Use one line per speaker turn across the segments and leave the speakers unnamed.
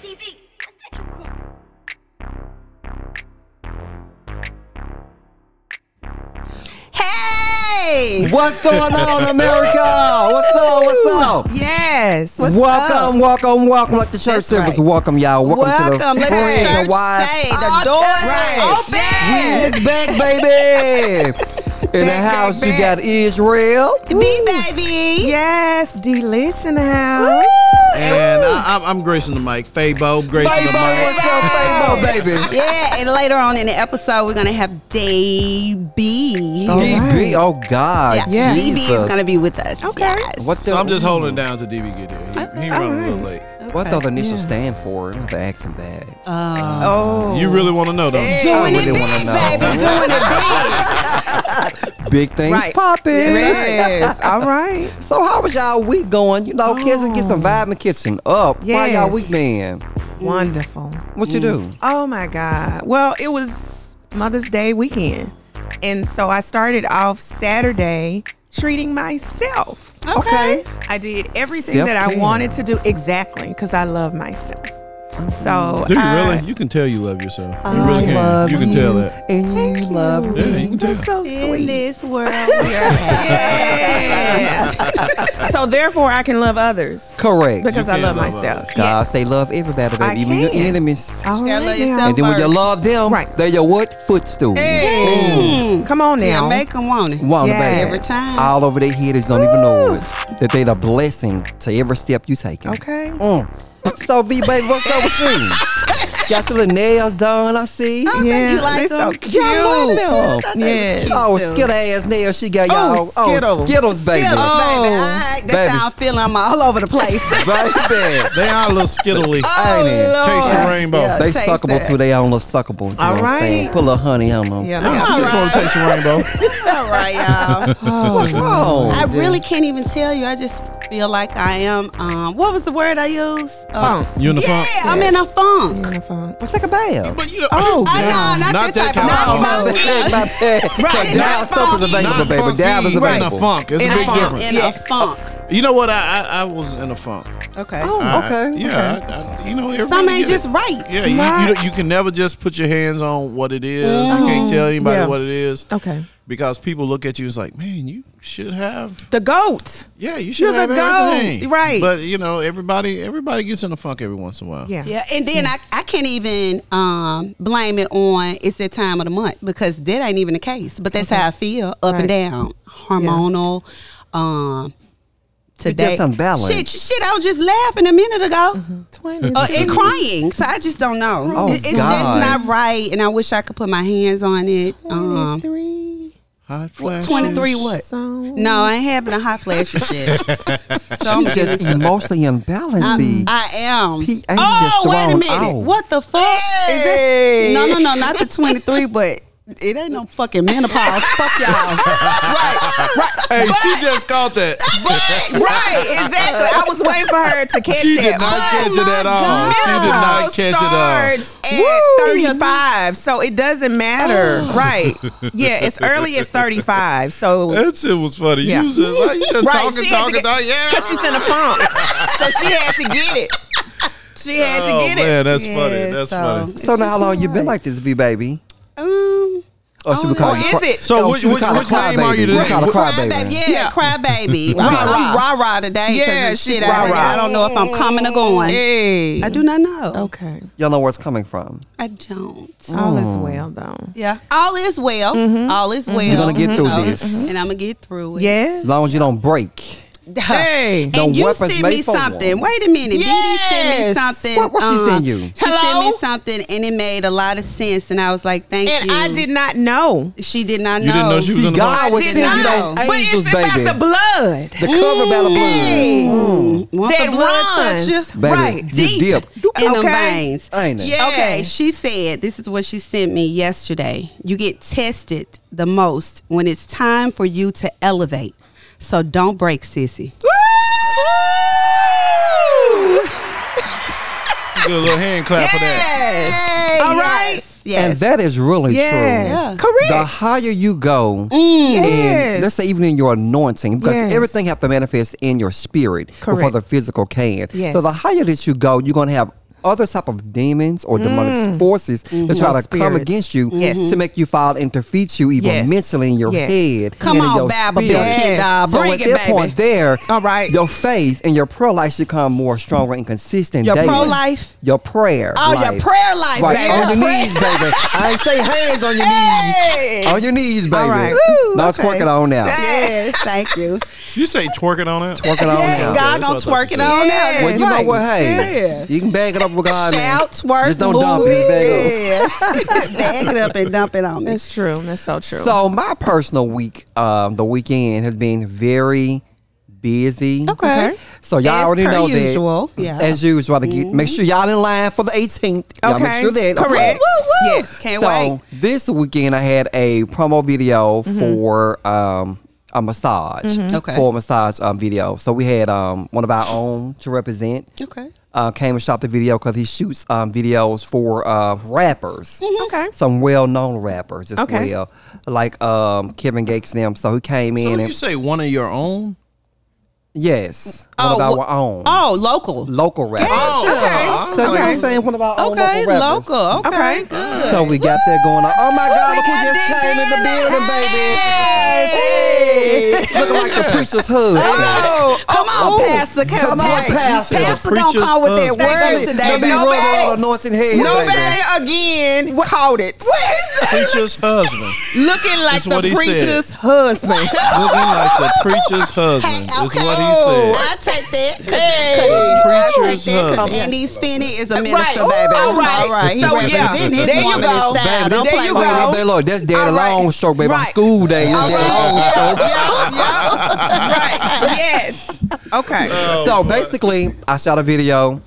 TV. Is that you cook?
Hey!
What's going on, America? What's up? What's up?
Yes. What's
welcome,
up?
welcome, welcome. Like the church
That's
service,
right.
welcome, y'all. Welcome,
Welcome.
to the
Let
Friends
the
and
church
Wives
say the
podcast.
door is open.
We is back, baby. In the
Back, back,
house, you
back.
got Israel.
baby. Yes, delish in the house.
And I, I'm, I'm gracing the mic. Fabo, gracing
Fabo,
the
what's up, Fabo, baby?
Yeah, and later on in the episode, we're gonna have DB.
All
DB,
right.
oh God,
yeah,
Jesus.
DB is gonna be with us.
Okay.
Yes.
what
mic.
the?
So I'm just holding down to DB get here. He, he running a little late.
What the initials
Yeah.
stand for? I have to ask him
Uh,
that.
Oh.
You really want to know, don't you?
I
Doing
really
it
wanna
big,
know.
baby. Doing it
Big things
Right.
popping.
Yes. All right.
So how was y'all week going? You know, kids get some vibe and kids some up. Why y'all
Oh. Yes.
week been?
Wonderful.
What you do?
Oh my God. Well, it was Mother's Day weekend. And so I started off Saturday treating myself.
big. Okay.
I did everything that I
Self-care.
wanted to do exactly because I love myself.
Mm-hmm.
So
Do you
I-
really? You can tell you love yourself. You really can. you can tell that.
And you love
Yeah, you can tell.
Mm, That's so
In
sweet.
this world, we are happy.
Yeah. so therefore, I can love others
Correct.
because
You
I
can
love
love
myself.
others.
God
Yes.
say love everybody,
I
baby, even your
can.
enemies.
All
gotta
right
love yourself.
and
now.
then when you
first.
love them,
Right.
they your what? Footstool.
Hey. Come on now.
Yeah, make them want it.
Wow,
Yes.
baby.
Every time.
All over their head, they just don't even know it. That they the blessing to every step you take.
okay.
Mm. So V baby, what's up with you? Got your little nails done, I see.
Oh,
I think you
Yeah,
like
they're so
them.
cute.
Yeah, I love them.
I thought they were
Yes.
cute,
Oh,
too.
Skittle ass nails she got y'all.
Oh, Skittle.
Oh, Skittles, baby.
Skittles,
Oh.
baby. I, that's
Baby.
how I'm feeling. I'm all over the place.
Baby.
They are a little skittly.
Ain't it?
Chase the
Oh, Lord.
rainbow.
Yeah.
They
Taste
suckable
that.
too. They own little suckable. You
All
know what I'm saying?
right.
Put a little honey on them.
Yeah.
No,
look
she just want to taste the rainbow.
all right, y'all.
What's wrong?
I really can't even tell you. I just feel like I am. Um, what was the word I used? Uh,
Funk.
You in the
yeah,
funk?
I'm in a funk.
On the phone.
It's like a bell.
But you know,
Oh,
I know, not, that
Not
type
that kind
Oh,
of
of
my
funk.
bad, my bad.
Right.
So Down
Not
stuff is
funky.
available,
not
baby. Down is
funky in a
available.
funk. It's a
In a
big
funk.
difference.
In a funk.
You know what? I, I I was in a funk.
Okay.
Oh,
I-
okay.
Yeah. I, I, you know,
Some
everybody
ain't
get it.
just right.
Yeah, you,
Right.
you, know, you can never just put your hands on what it is. You can't tell anybody
Mm-hmm. Yeah. Oh.
what it is.
Okay.
Because people look at you it's like, man, you should have,
The goat.
yeah, you should
You're
have
the goat.
everything,
Right.
But you know, everybody, everybody gets in a funk every once in a while.
Yeah.
Yeah, and then I, I can't even um, blame it on it's that time of the month because that ain't even the case. But that's how I feel up
Right.
and down, hormonal. Um, today,
unbalanced.
Shit, shit, I was just laughing a minute ago
Mm-hmm. Twin.
uh, and crying, so I just don't know.
Oh,
It- it's
God.
just not right, and I wish I could put my hands on it. Um,
23.
Hot flashes.
23 what?
So.
No, I ain't having a hot flash and shit. so I'm
She's just emotionally imbalanced, B.
I am.
He ain't
oh,
just
wait
thrown
a minute.
out.
What the fuck? Is
Hey.
this? No, no, no, not the 23, but it ain't no fucking menopause. fuck y'all.
Hey, she just caught that.
But, right, exactly. I was waiting for her to catch
She
that.
did not
But
catch it at all. She did not
menopause
catch it uh, at all.
Oh starts at 35, so it doesn't matter. right. Yeah, it's early as 35. So,
That shit was funny.
Yeah.
You was just, like, you just
right.
talking,
had to
talking,
get-
talking. Yeah.
Because she's in a funk. so she had to get it. She had
oh,
to get
man,
it.
that's
Yeah,
funny. That's
so-
funny.
So now how long you been like this, V baby?
Um,
Or should we
Oh,
call
Or
you?
is
cry-
it?
So
Oh,
which-
should we
which-
call her
which name are you
crybaby? We
today?
call her
crybaby.
crybaby.
Um, Yeah,
Yeah.
crybaby.
Rah-rah.
I'm rah rah today.
Yeah,
Yeah,
she's
shit. I,
rah-rah.
I don't know if I'm coming or going.
Hey.
I do not know.
Okay.
Y'all know where it's coming from.
I don't.
All
Oh.
is well, though.
Yeah. All is well. All is well.
gonna get through
Oh,
this.
And I'm going to get through it.
Mm-hmm. Yes.
As long as you don't break.
Hey.
No
and you
weapons
sent
made
me
for
something.
war.
Wait a minute,
Yes.
Didi sent me something. uh,
What- what she sent you?
She
Hello?
sent me something, and it made a lot of sense. And I was like, "Thank
and
you."
I did not know.
She did not know.
You didn't know she was in the funk.
God was
did
sending you
not.
those
but
angels,
it's
baby.
about the blood.
The cover Mm. by the blood.
Hey. Mm. Want
That
the blood
runs.
touch you?
Baby,
Right,
you
deep.
dip.
In them
Okay.
veins.
Ain't it?
Yes.
Okay, she said, this is what she sent me yesterday. You get tested the most when it's time for you to elevate. So don't break, sissy.
Good little hand clap for that.
Yes.
All
All
right.
right.
And that is really
Yes.
true.
Correct. Mm.
The higher you go,
Yes.
and let's say even in your anointing, because
Yes.
everything have to manifest in your spirit before
Correct.
the physical can.
Yes.
So the higher that you go, you're gonna have other type of demons or demonic forces that try
Or
to come
spirits.
against you
Yes.
to make you fall and defeat you even
Yes.
mentally in your
Yes.
head.
Come
and in
on,
your
Bible
spirit.
Belt Kid Doll,
So
bring
at
it,
that
baby.
point there,
All right.
your faith and your prayer life should come more stronger and consistent.
Your
daily.
pro-life?
Your prayer.
Oh, your
life.
prayer life,
Right.
baby.
On your
Prayer-
knees, baby. I ain't say hands on your
Hey!
knees. On your knees, baby.
All right.
Ooh,
Now
okay.
twerk it on now.
Yes, thank you.
You say twerking on that?
Twerk it on
Yeah,
now.
God gonna
that's what
twerk
I thought
it
you
on
said.
out.
Well,
Well, you know
right.
what? Hey,
Yeah.
you can bag it up with God. man.
Shout, twerk,
Just don't
move.
dump it, baby.
Yeah. Bag it up and dump it on me.
That's true. That's so true.
So my personal week, um, the weekend has been very busy.
Okay.
So y'all
As
already
per
know
usual.
that.
Yeah.
As usual, to get, make sure y'all in line for the 18th. Y'all make sure that. okay?
correct.
Woo, woo, woo.
Yes.
Can't
so
wait. Mm-hmm.
this weekend I had a promo video for um a massage.
Okay.
For a massage um, video. So we had um one of our own to represent.
Okay.
Uh, came and shot the video because he shoots um, videos for uh, rappers
Okay.
some well known rappers as
Okay.
well, like um, Kevin Gates and them. So he came
So
in
you
and
say one of your own?
yes, one
Oh,
of our own
Oh, local.
local rappers.
Oh,
So you know what
okay.
I'm saying? One of our own
Okay,
local rappers.
local. Okay.
Okay.
Good.
So we got that going on. Oh my God!
We
Look who
got
just
this
came in the
dinner.
building, baby.
Hey.
Hey. Looking like the preacher's husband.
Oh, come on,
oh.
Pastor.
Come on,
Hey,
Pastor.
Pastor gonna
Preacher's
come with that
husband.
word
Thank you.
today,
Let me
baby.
rub all the anointing head, baby.
Nobody again called it.
Preacher's husband.
Looking like
That's what
the
he said.
preacher's husband.
Looking like the preacher's husband is what he said.
I take that. Cause,
The
Oh, I
preacher's
take that because
husband.
Andy Finney is a minister,
Right.
baby.
Ooh, all right.
He
So, yeah.
representing his
There you
woman in style.
go.
Baby, don't
There
play
you
with me
go.
all day long. That's daddy
All right.
long stroke, baby.
Right.
School day. That's daddy long stroke.
right. Yes. Okay.
so basically, I shot a video.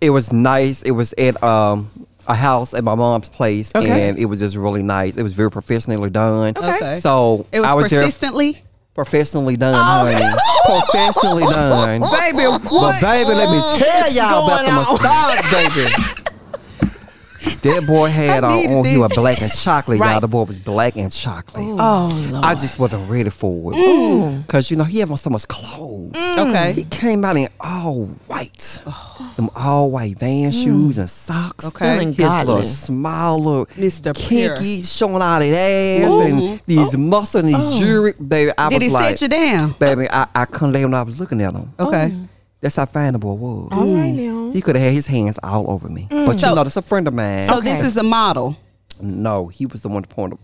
It was nice. It was at um a house at my mom's place,
Okay.
and it was just really nice. It was very professionally done.
Okay.
So
It was,
I was there
persistently.
professionally done,
Oh, okay.
honey. professionally done.
Baby,
But
what?
baby, let me tell
is
y'all about the
going on?
massage, baby. That boy had
I
on,
needed
on he
this.
was black and chocolate, y'all.
Right.
The boy was black and chocolate.
Oh, Lord.
I just wasn't ready for it. Because, you know, he had on so much clothes. He
Okay.
came out in all white. Them all white van shoes and socks.
Okay. Feeling
His little
godly.
small little
Mr. Pure.
kinky showing out his ass and these muscles and these jewelry. Baby, I
Oh. Did
was
he
like,
sit you down? Oh.
baby, I, I couldn't lay when I was looking at him.
Okay.
That's how fine the boy was. Mm.
right now.
He could have had his hands all over me. But you
Mm. So-
know, that's a friend of mine.
So this is the model.
no, he was the one to point.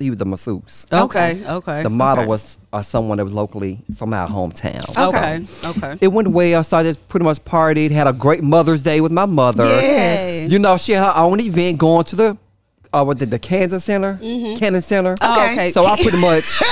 He was the masseuse.
Okay. Okay.
The model
okay.
was uh, someone that was locally from our hometown.
Okay. Okay.
It went well. So I just pretty much partied, had a great Mother's Day with my mother.
Yes.
You know, she had her own event going to the uh what the, the Kansas Center? Kansas Center.
Oh,
Mm-hmm. okay.
So I pretty much so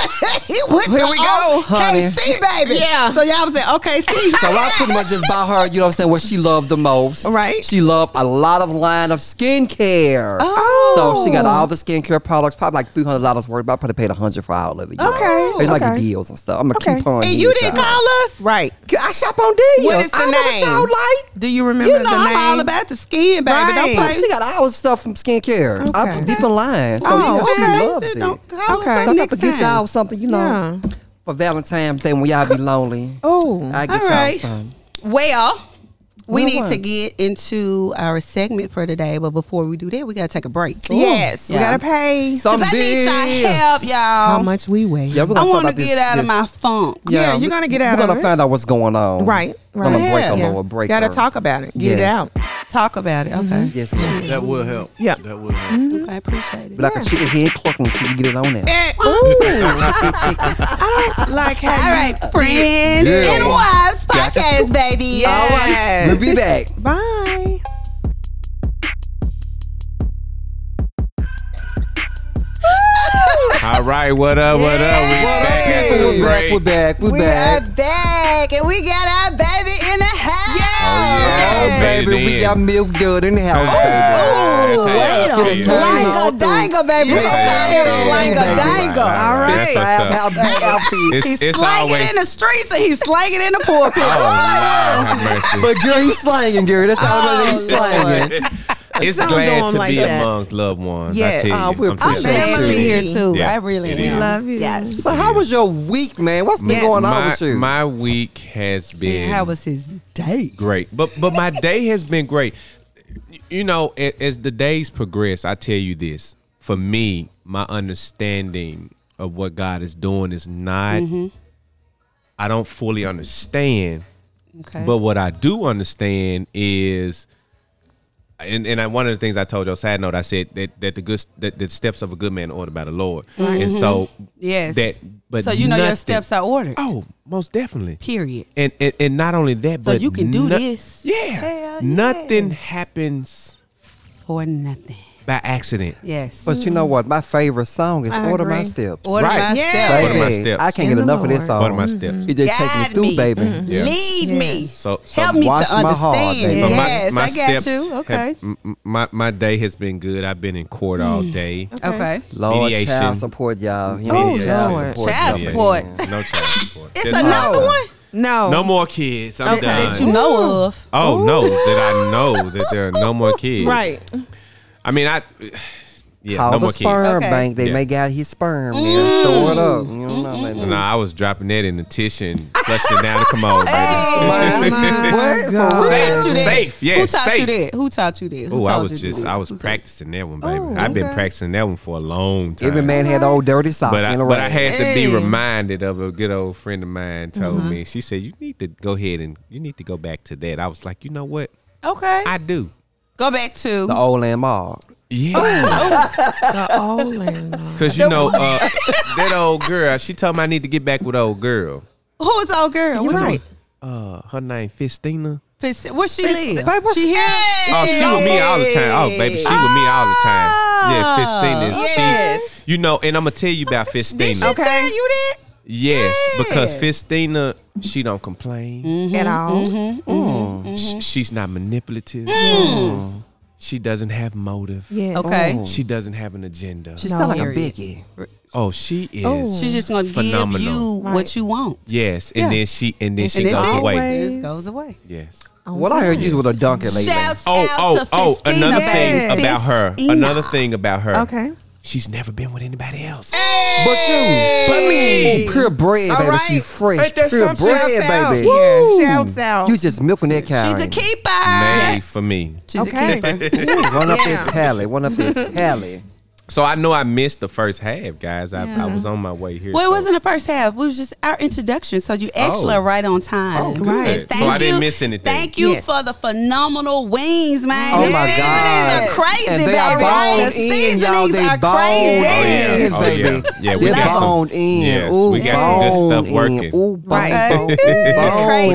He went
Here
to
we
all
go,
honey.
KC, baby.
Yeah.
So y'all was like, okay, see.
I pretty much just bought her, you know what I'm saying, what she loved the most.
Right.
She loved a lot of line of skincare.
Oh.
So she got all the skincare products, probably like three hundred dollars worth, but I probably paid a hundred for all of it. you know.
Okay,
It's like
okay.
deals and stuff. I'm a
Okay.
and
coupon. deal
you didn't
shopper.
call us.
Right.
I shop on deals.
What is the
I know what
name?
y'all like.
Do you remember
You
the
know I'm
name?
all about the skin, baby. Don't
Right.
play.
She got all the stuff from skincare. I
Okay.
put different lines. So
Oh,
you know,
okay.
she loves it.
Don't call us
Okay.
up
So I'm
next
about to get
time.
y'all something, you know,
Yeah.
for Valentine's Day when y'all be lonely.
Oh.
I get
All
y'all
right.
something.
Well, we
Well,
need
what?
to get into our segment for today, but before we do that, we gotta take a break.
yes.
Yeah.
We gotta pay.
Cause
Some
I need
biz.
y'all help,
How
y'all.
much we weigh.
Yeah, we're
I
gonna talk
want to
about this-
get out of
this-
my funk.
Yeah, you're gonna get out
We're
of
gonna
it.
find out what's going on.
Right. Right.
Gonna break
Yeah.
a
Yeah.
lower break.
Gotta
her.
talk about it. Get it
Yes.
out.
Talk about it. Okay.
Yes, ma'am.
That will help.
Yeah.
That will help.
Mm-hmm. Okay, I appreciate it.
But I can shoot a head clock until you get it on there.
Eh, ooh. I don't like how
All
you-
right, friends
Yeah.
and wives
Got the
podcast,
scoop.
baby.
Yes.
We'll be back.
Bye.
All right, what up, what up? We back after
We're
the
back,
break.
we're back, we're
We
back.
are back, and we got our baby in the house.
Oh,
Oh,
yeah.
baby,
Made it
we
in.
got milk dud in the house,
Oh,
baby.
Ooh,
wait
that's
a
how you
minute.
Dangle, dangle, baby.
Yeah.
We're gonna call him Dangle,
Yeah.
dangle.
Right,
All
right,
right.
right.
Big
That's what's
five,
up.
how big our feet.
It's-
He's
it's
slanging
always-
in the streets and he's slanging in the pulpit.
Oh, Lord, have mercy.
But girl, he's slanging, girl. That's all about it. He's
Oh, Lord.
slanging.
It's
Don't do
glad
'em
to
like
be
that.
amongst loved ones.
Yes.
I
uh,
tell
Oh,
you,
we
I'm telling
I'm
appreciate
you.
glad
you.
you're here too.
Yeah,
I really
it
am.
is.
Love you.
Yes.
So how was your week, man? What's been
Yes.
going on
my,
with you?
my week has been
How was his day?
great, but but my day has been great.
you know, a- as the days progress, I tell you this: for me, my understanding of what God is doing is not.
Mm-hmm.
I don't fully understand,
Okay.
but what I do understand is, and and I, one of the things I told you, on side note, I said that that the good that the steps of a good man are ordered by the Lord, and so
Mm-hmm. yes.
that but
so you know your
nothing-
steps are ordered.
Oh, most definitely.
Period.
And, and and not only that,
So
but
you can do this.
Yeah,
Hell
nothing
yes.
happens
For nothing.
by accident.
Yes.
But you know what? My favorite song is
I
"Order My
agree.
Steps."
order
Right.
my
Yeah.
steps.
Order My
Baby,
Steps.
I can't
In
get
the
enough of this
Lord. Mm-hmm.
song.
Order My Steps.
It just
Guide
takes me
me.
through, baby.
Yeah.
Lead me.
Yes.
So- so
Help me to
wash my
understand.
heart, baby.
So my-
yes,
my
I got
steps
you.
have-
Okay. Mm.
m- m- my my day has been good. I've been in court all day.
Okay.
Lord,
Mediation.
child support y'all. You
Oh,
know, child
Lord.
support.
Child
y'all.
Yeah.
support.
No child support.
It's
That's-
another
Oh.
one
No.
No more kids. I'm
Okay.
done.
that you know of.
oh no, that I know that there are no more kids.
Right.
I mean, I. Yeah,
Call
no
the
more
sperm
kids.
Okay.
bank. They
Yeah. Mm.
may got his sperm
Mm.
there. Store it up. You know what I mean?
Nah, I was dropping that in the tish and flushing it down the commode, baby.
Oh, my
What? For
God.
Who
real?
Safe,
taught you that?
safe, yes,
Who taught you
safe.
that? Who taught you that? Who
Oh, I
taught
was
you
just
that?
I was
Who taught-
practicing that one, baby.
Oh,
I've been
okay.
practicing that one for a long time.
Every man had old dirty sock
but I,
in a row.
but I had to be
Hey.
reminded of a good old friend of mine told me. She said you need to go ahead and you need to go back to that. I was like, you know what?
Okay.
I do.
Go back to
the old land mall.
Oh,
Yeah,
The old landlord.
because you know uh, that old girl. She told me I need to get back with old girl.
who is old girl?
You're
What's
right.
Uh, her name Fistina.
Fis- Where she live?
babe, what's-
she here?
Oh, she with me all the time. Oh, baby, she with me all the time. Yeah, Fistina. is- she-
yes.
you know, and I'm gonna tell you about
Did she
Fistina.
Okay.
tell you that?
Yes, because
Yeah.
Fistina, she don't complain.
Mm-hmm.
At all.
Sh- she's not manipulative.
Mm.
She doesn't have motive.
Yes.
Okay.
She doesn't have an agenda.
She's
Oh, No.
not
Like a
period.
biggie.
oh, she is.
She's just gonna give
Phenomenal.
you
Right.
what you want.
Yes, and
Yeah.
then she and then she
and
goes
that's it.
away.
Always.
It just goes away.
Yes.
Well, I heard you was with a dunker lately.
Shouts
Oh,
out
oh,
to
oh!
Fistina,
Another
baby.
thing about her.
Fistina.
Another thing about her.
Okay.
She's never been with anybody else.
But you, but me, pure bread, baby.
right.
She fresh,
Ain't that
pure
something?
bread,
Shouts
baby.
out. Yeah,
Woo.
shouts out.
You just milking that cow.
She's a keeper.
Made for me.
She's
Okay.
a keeper.
One up
Yeah.
their tally. One up their tally.
So I know I missed the first half, guys. I, I was on my way here.
Well, it
so-
wasn't the first half. It was just our introduction. So you actually
Oh.
are right on time.
Oh, good.
And
So I didn't miss anything.
Thank you
Yes.
for the phenomenal wings, man.
Oh
the
my
seasonings
God.
are crazy,
and they
baby.
are boned
the
in, y'all.
seasonings
They
are
boned
crazy.
Oh, yeah.
in,
Oh, yeah.
baby.
Yeah, we
we
got some-
boned in.
Yes,
Ooh,
we got some good
boned
stuff
in.
working.
Ooh, boned,
Right.
boned,
Crazy.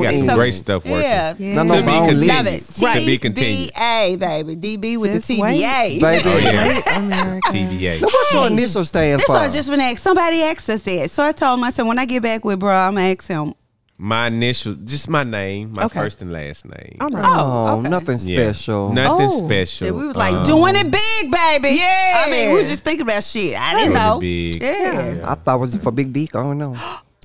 we got some
So-
great stuff working.
Yeah.
Yeah.
None
To
of
be
them boned
continued.
Love it.
leaves.
To be continued.
TBA, baby. DB with
Just
the TBA.
Baby.
Oh yeah.
Great America.
TBA.
What's your initial stand
That's
for?
what I just been asked. Somebody asked us that. So I told him, I said, when I get back with bro, I'm going to ask him.
My initial, just my name, my
Okay.
first and last name.
All right.
oh,
okay.
nothing
Yeah.
special.
Nothing
Oh.
special.
And we was like,
Um,
doing it big, baby.
Yeah.
I mean, we was just thinking about shit. I didn't
Doing it
know.
big.
Yeah.
Yeah.
I thought it was for Big Dick. I don't know.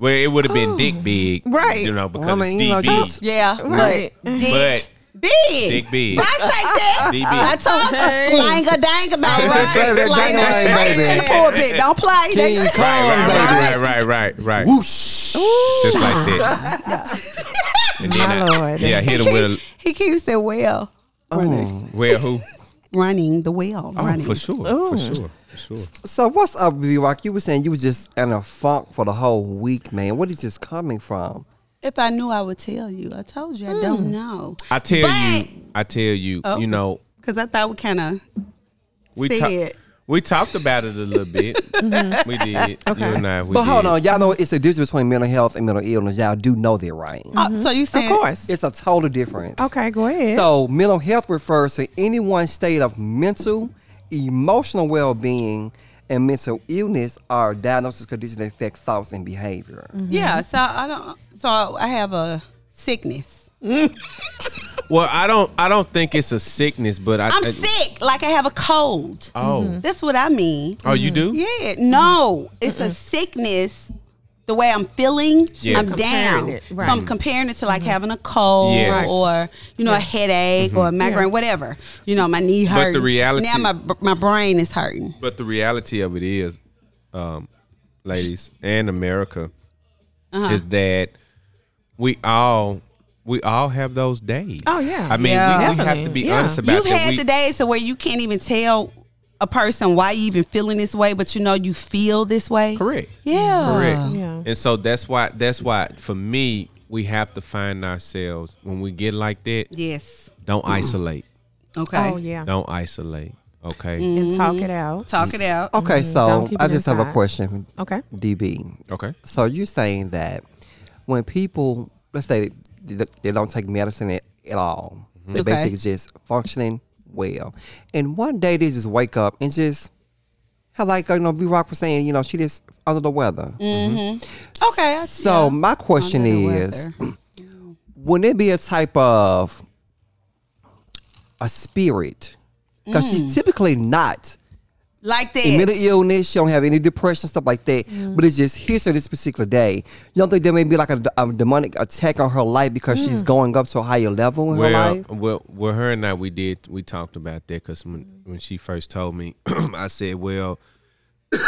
Well, it would have been
Oh.
Dick Big,
Right.
You know, because
I mean,
it's
you know,
DB,
Yeah.
Right.
But dick
but
big.
Dick Big.
I take that.
DB.
I told her slang a dang about
Baby,
it.
dang
Slang a
a dang,
straight in the
baby.
pulpit. Don't play. They-
King Kong,
right,
baby.
right, right, right, right, right,
Whoosh.
just like that. And then
My
I,
Lord.
yeah, I hit him with a
He keeps the well
Oh.
where who?
running, the well
Oh,
running.
for sure, for sure, for sure.
So what's up, B Rock? You were saying you was just in a funk for the whole week, man. What is this coming from?
If I knew, I would tell you. I told you, I don't know.
I tell
But-
you, I tell you,
Oh.
you know,
Because I thought we kind of
we
Say
ta-
it. Mm-hmm.
we talked about it a little bit. we did. Okay. You and I, we
But hold
did.
on, y'all know it's a difference between mental health and mental illness. Y'all do know that, right?
Oh, so you
Of
said,
course.
It's a total difference.
Okay, go ahead.
So mental health refers to anyone's state of mental, emotional well-being, and mental illness are diagnosis conditions that affect thoughts and behavior.
Mm-hmm.
Mm-hmm.
Yeah. So I don't. So I have a sickness.
Well, I don't. I don't think it's a sickness, but I.
I'm
I-
sick. Mm-hmm. Like I have a cold.
Oh.
That's what I mean.
Oh, you do?
Mm-hmm. Yeah.
Mm-hmm.
No, it's a sickness. The way I'm feeling,
Yeah.
I'm
Comparing
down.
it,
So I'm
right.
comparing it to like having a cold
Mm-hmm. Yeah. Right.
or you know a headache or a migraine, whatever. You know, my knee
the
hurting.
reality-
now my my brain is hurting.
But the reality of it is, um,
Uh-huh.
ladies and America, is that we all we all have those days.
Oh, yeah.
I mean,
Yeah.
we, we have to
Definitely.
be
Yeah.
honest about
You've
that.
had
We-
the days to where you can't even tell a person why you even feeling this way, but you know you feel this way.
Correct.
Yeah.
Correct.
Yeah.
And so that's why that's why for me we have to find ourselves when we get like that.
Yes.
Don't isolate.
Okay.
Oh yeah.
Don't Mm-hmm. isolate. Okay.
Mm.
And talk it out.
Talk it out.
Okay,
Mm-hmm. don't
so
keep
I
it
just have a
inside.
question,
Okay.
DB.
Okay.
So you're saying that when people, let's say they, they don't take medicine at, at all, they're
Okay.
basically just functioning well. And one day they just wake up and just, how like, you know, V Rock was saying, you know, she just under the weather.
Mm-hmm.
Mm-hmm.
Okay. I-
So my question
Under the
is, would it be a type of a spirit? Because
Mm.
she's typically not
like
in mental
that.
illness. She don't have any depression, stuff like that.
Mm.
But it's just here's her this particular day. You don't think there may be like a, a demonic attack on her life because
Mm.
she's going up to a higher level in her
Well,
life?
well, well, her and I we did we talked about that because when, when she first told me, I said, well, I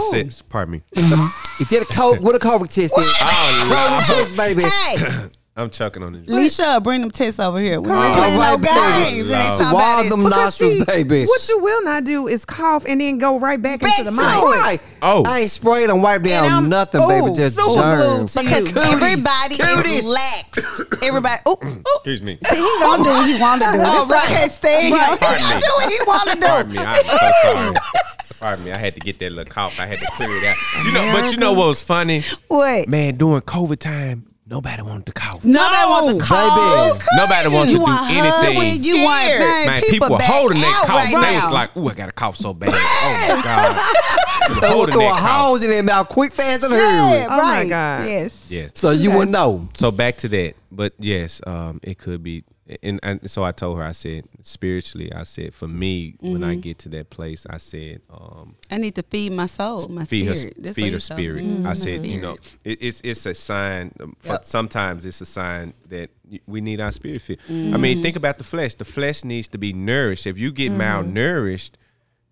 Oh.
said, pardon me,
Mm-hmm.
Oh,
It did a COVID, with a COVID test. COVID test, baby.
Hey,
I'm chucking on it.
Leisha, bring them tests over here. We ain't playing
All
no
right, baby.
games. It ain't talking
Lord.
about
Swallow
it.
them
Because
nostrils,
see,
baby.
What you will not do is cough and then go right back,
Back
into the
to
mic.
it.
Right.
Oh.
I ain't sprayed and wiped down
And I'm-
nothing, baby.
ooh,
Just
super
germs.
glued Because
Cooties,
everybody
cooties.
is laxed. Everybody. Oh, oh.
Excuse me.
See, he gonna do what he want to do. All right, okay, stay here. He
Pardon me.
gonna do what he want to do.
Pardon me, I'm so sorry. Pardon me, I had to get that little cough. I had to clear it out. You know, but you know what was funny?
What?
Man, during COVID time, nobody wanted to cough.
Nobody wants to call.
baby.
Nobody wanted
You
to
want
do
hug when
anything.
you want
Scared.
man,
Man,
people,
people, were
back
holding that
out
cough.
right
they
now.
was like, "Ooh, I got a cough so bad." oh my god! They were
Throw
holding
throw a
that cough.
hose in their mouth quick, fast, and hurry.
yeah,
Oh my
right.
God.
Yes.
Yes.
So you would know.
So back to that, but yes, um, it could be, and, and so I told her. I said spiritually, I said for me, when
Mm-hmm.
I get to that place, I said, um,
I need to feed my soul, my
feed
spirit.
her,
That's
feed
what
her
he told me.
spirit.
Mm, Mm-hmm.
I
My
said, you know,
spirit.
it, it's it's a sign. um, For
Yep.
Sometimes it's a sign that y- we need our spirit feed. I
Mm-hmm.
mean, think about the flesh. The flesh needs to be nourished. If you get malnourished,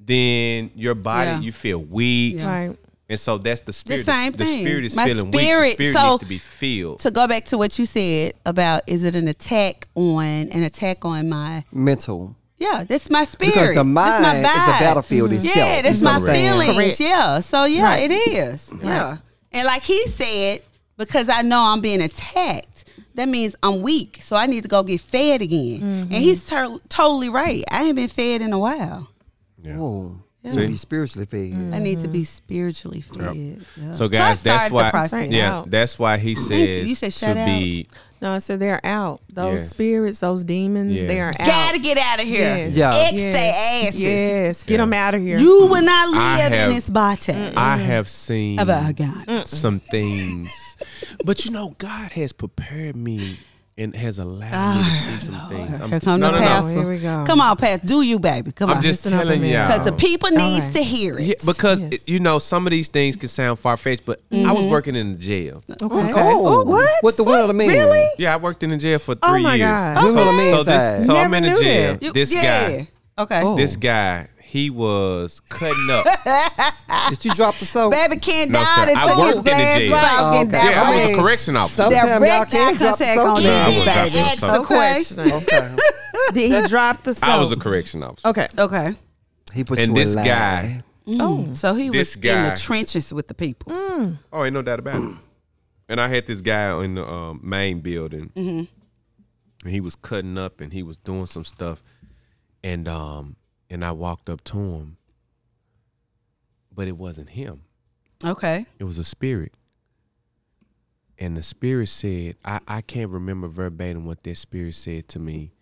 then your body
Yeah.
you feel weak,
Yeah.
Right.
and so that's the spirit.
same
the,
thing.
spirit is
My
feeling
spirit-
weak. The spirit
so-
needs to be filled.
to go back to what you said about is it an attack on an attack on my
Mental.
yeah that's my spirit
Because the
That's
mind
my
is a
vibe.
battlefield itself.
yeah that's
You know
my
what I'm saying?
feelings
Correct.
yeah so yeah it is yeah and like he said because I know I'm being attacked that means I'm weak so I need to go get fed again
Mm-hmm.
and he's tur totally right I ain't been fed in a while
Oh,
Yeah.
you be spiritually fed.
I need to
Mm-hmm.
be spiritually fed yeah.
So
I
guys, that's
started the
why.
process.
Yeah,
out.
that's why he says
You said
to
shout out.
be.
No, so they're out. Those
Yes.
spirits, those demons,
Yeah.
they are out.
gotta get out of here
Yes.
Yeah.
X
yes.
their asses
Yes. Get
Yeah.
them out of here.
You will not live
have-
in this body
I have seen
Mm-hmm. of our God.
some things. But you know, God has prepared me and has allowed
Ah,
me to see some things. I'm,
Here come
no,
the
no, no.
pastor.
Here we go.
Come on, Pastor. Do you, baby? Come
I'm
on.
just
up a
telling
minute.
y'all.
because the people needs
right.
to hear it.
Yeah, because
Yes.
you know some of these things can sound far fetched, but I
Mm-hmm.
was working in the jail.
Okay.
Oh,
Ooh, what?
With the will of the man.
Really?
Yeah, I worked in the jail for three
Oh my
years.
God.
So,
Women on the men's
so this,
side.
so
Never
I'm in the
knew
jail.
that.
You-
This
yeah.
guy,
Okay.
Oh.
this guy, he was cutting up.
Did you drop the soap?
Baby can't
No,
die
sir.
and
I
took his
worked in the
glass
jail.
off and
Okay.
died.
yeah, I was
mean,
a correction officer.
some- Damn, y'all
Direct eye
can't drop
contact
soap.
on
No, I
that,
was dropping
baby. Ask
soap.
the question.
Okay.
Did he drop the soap?
I was a correction officer.
okay.
Okay.
He put
And
you in
this
line.
guy,
Oh, so he was
This
in the
guy.
trenches with the people.
Oh, ain't no doubt about it. And I had this guy in the um, main building, and he was cutting up and he was doing some stuff, and um, and I walked up to him, but it wasn't him.
Okay.
It was a spirit, and the spirit said, I I can't remember verbatim what that spirit said to me,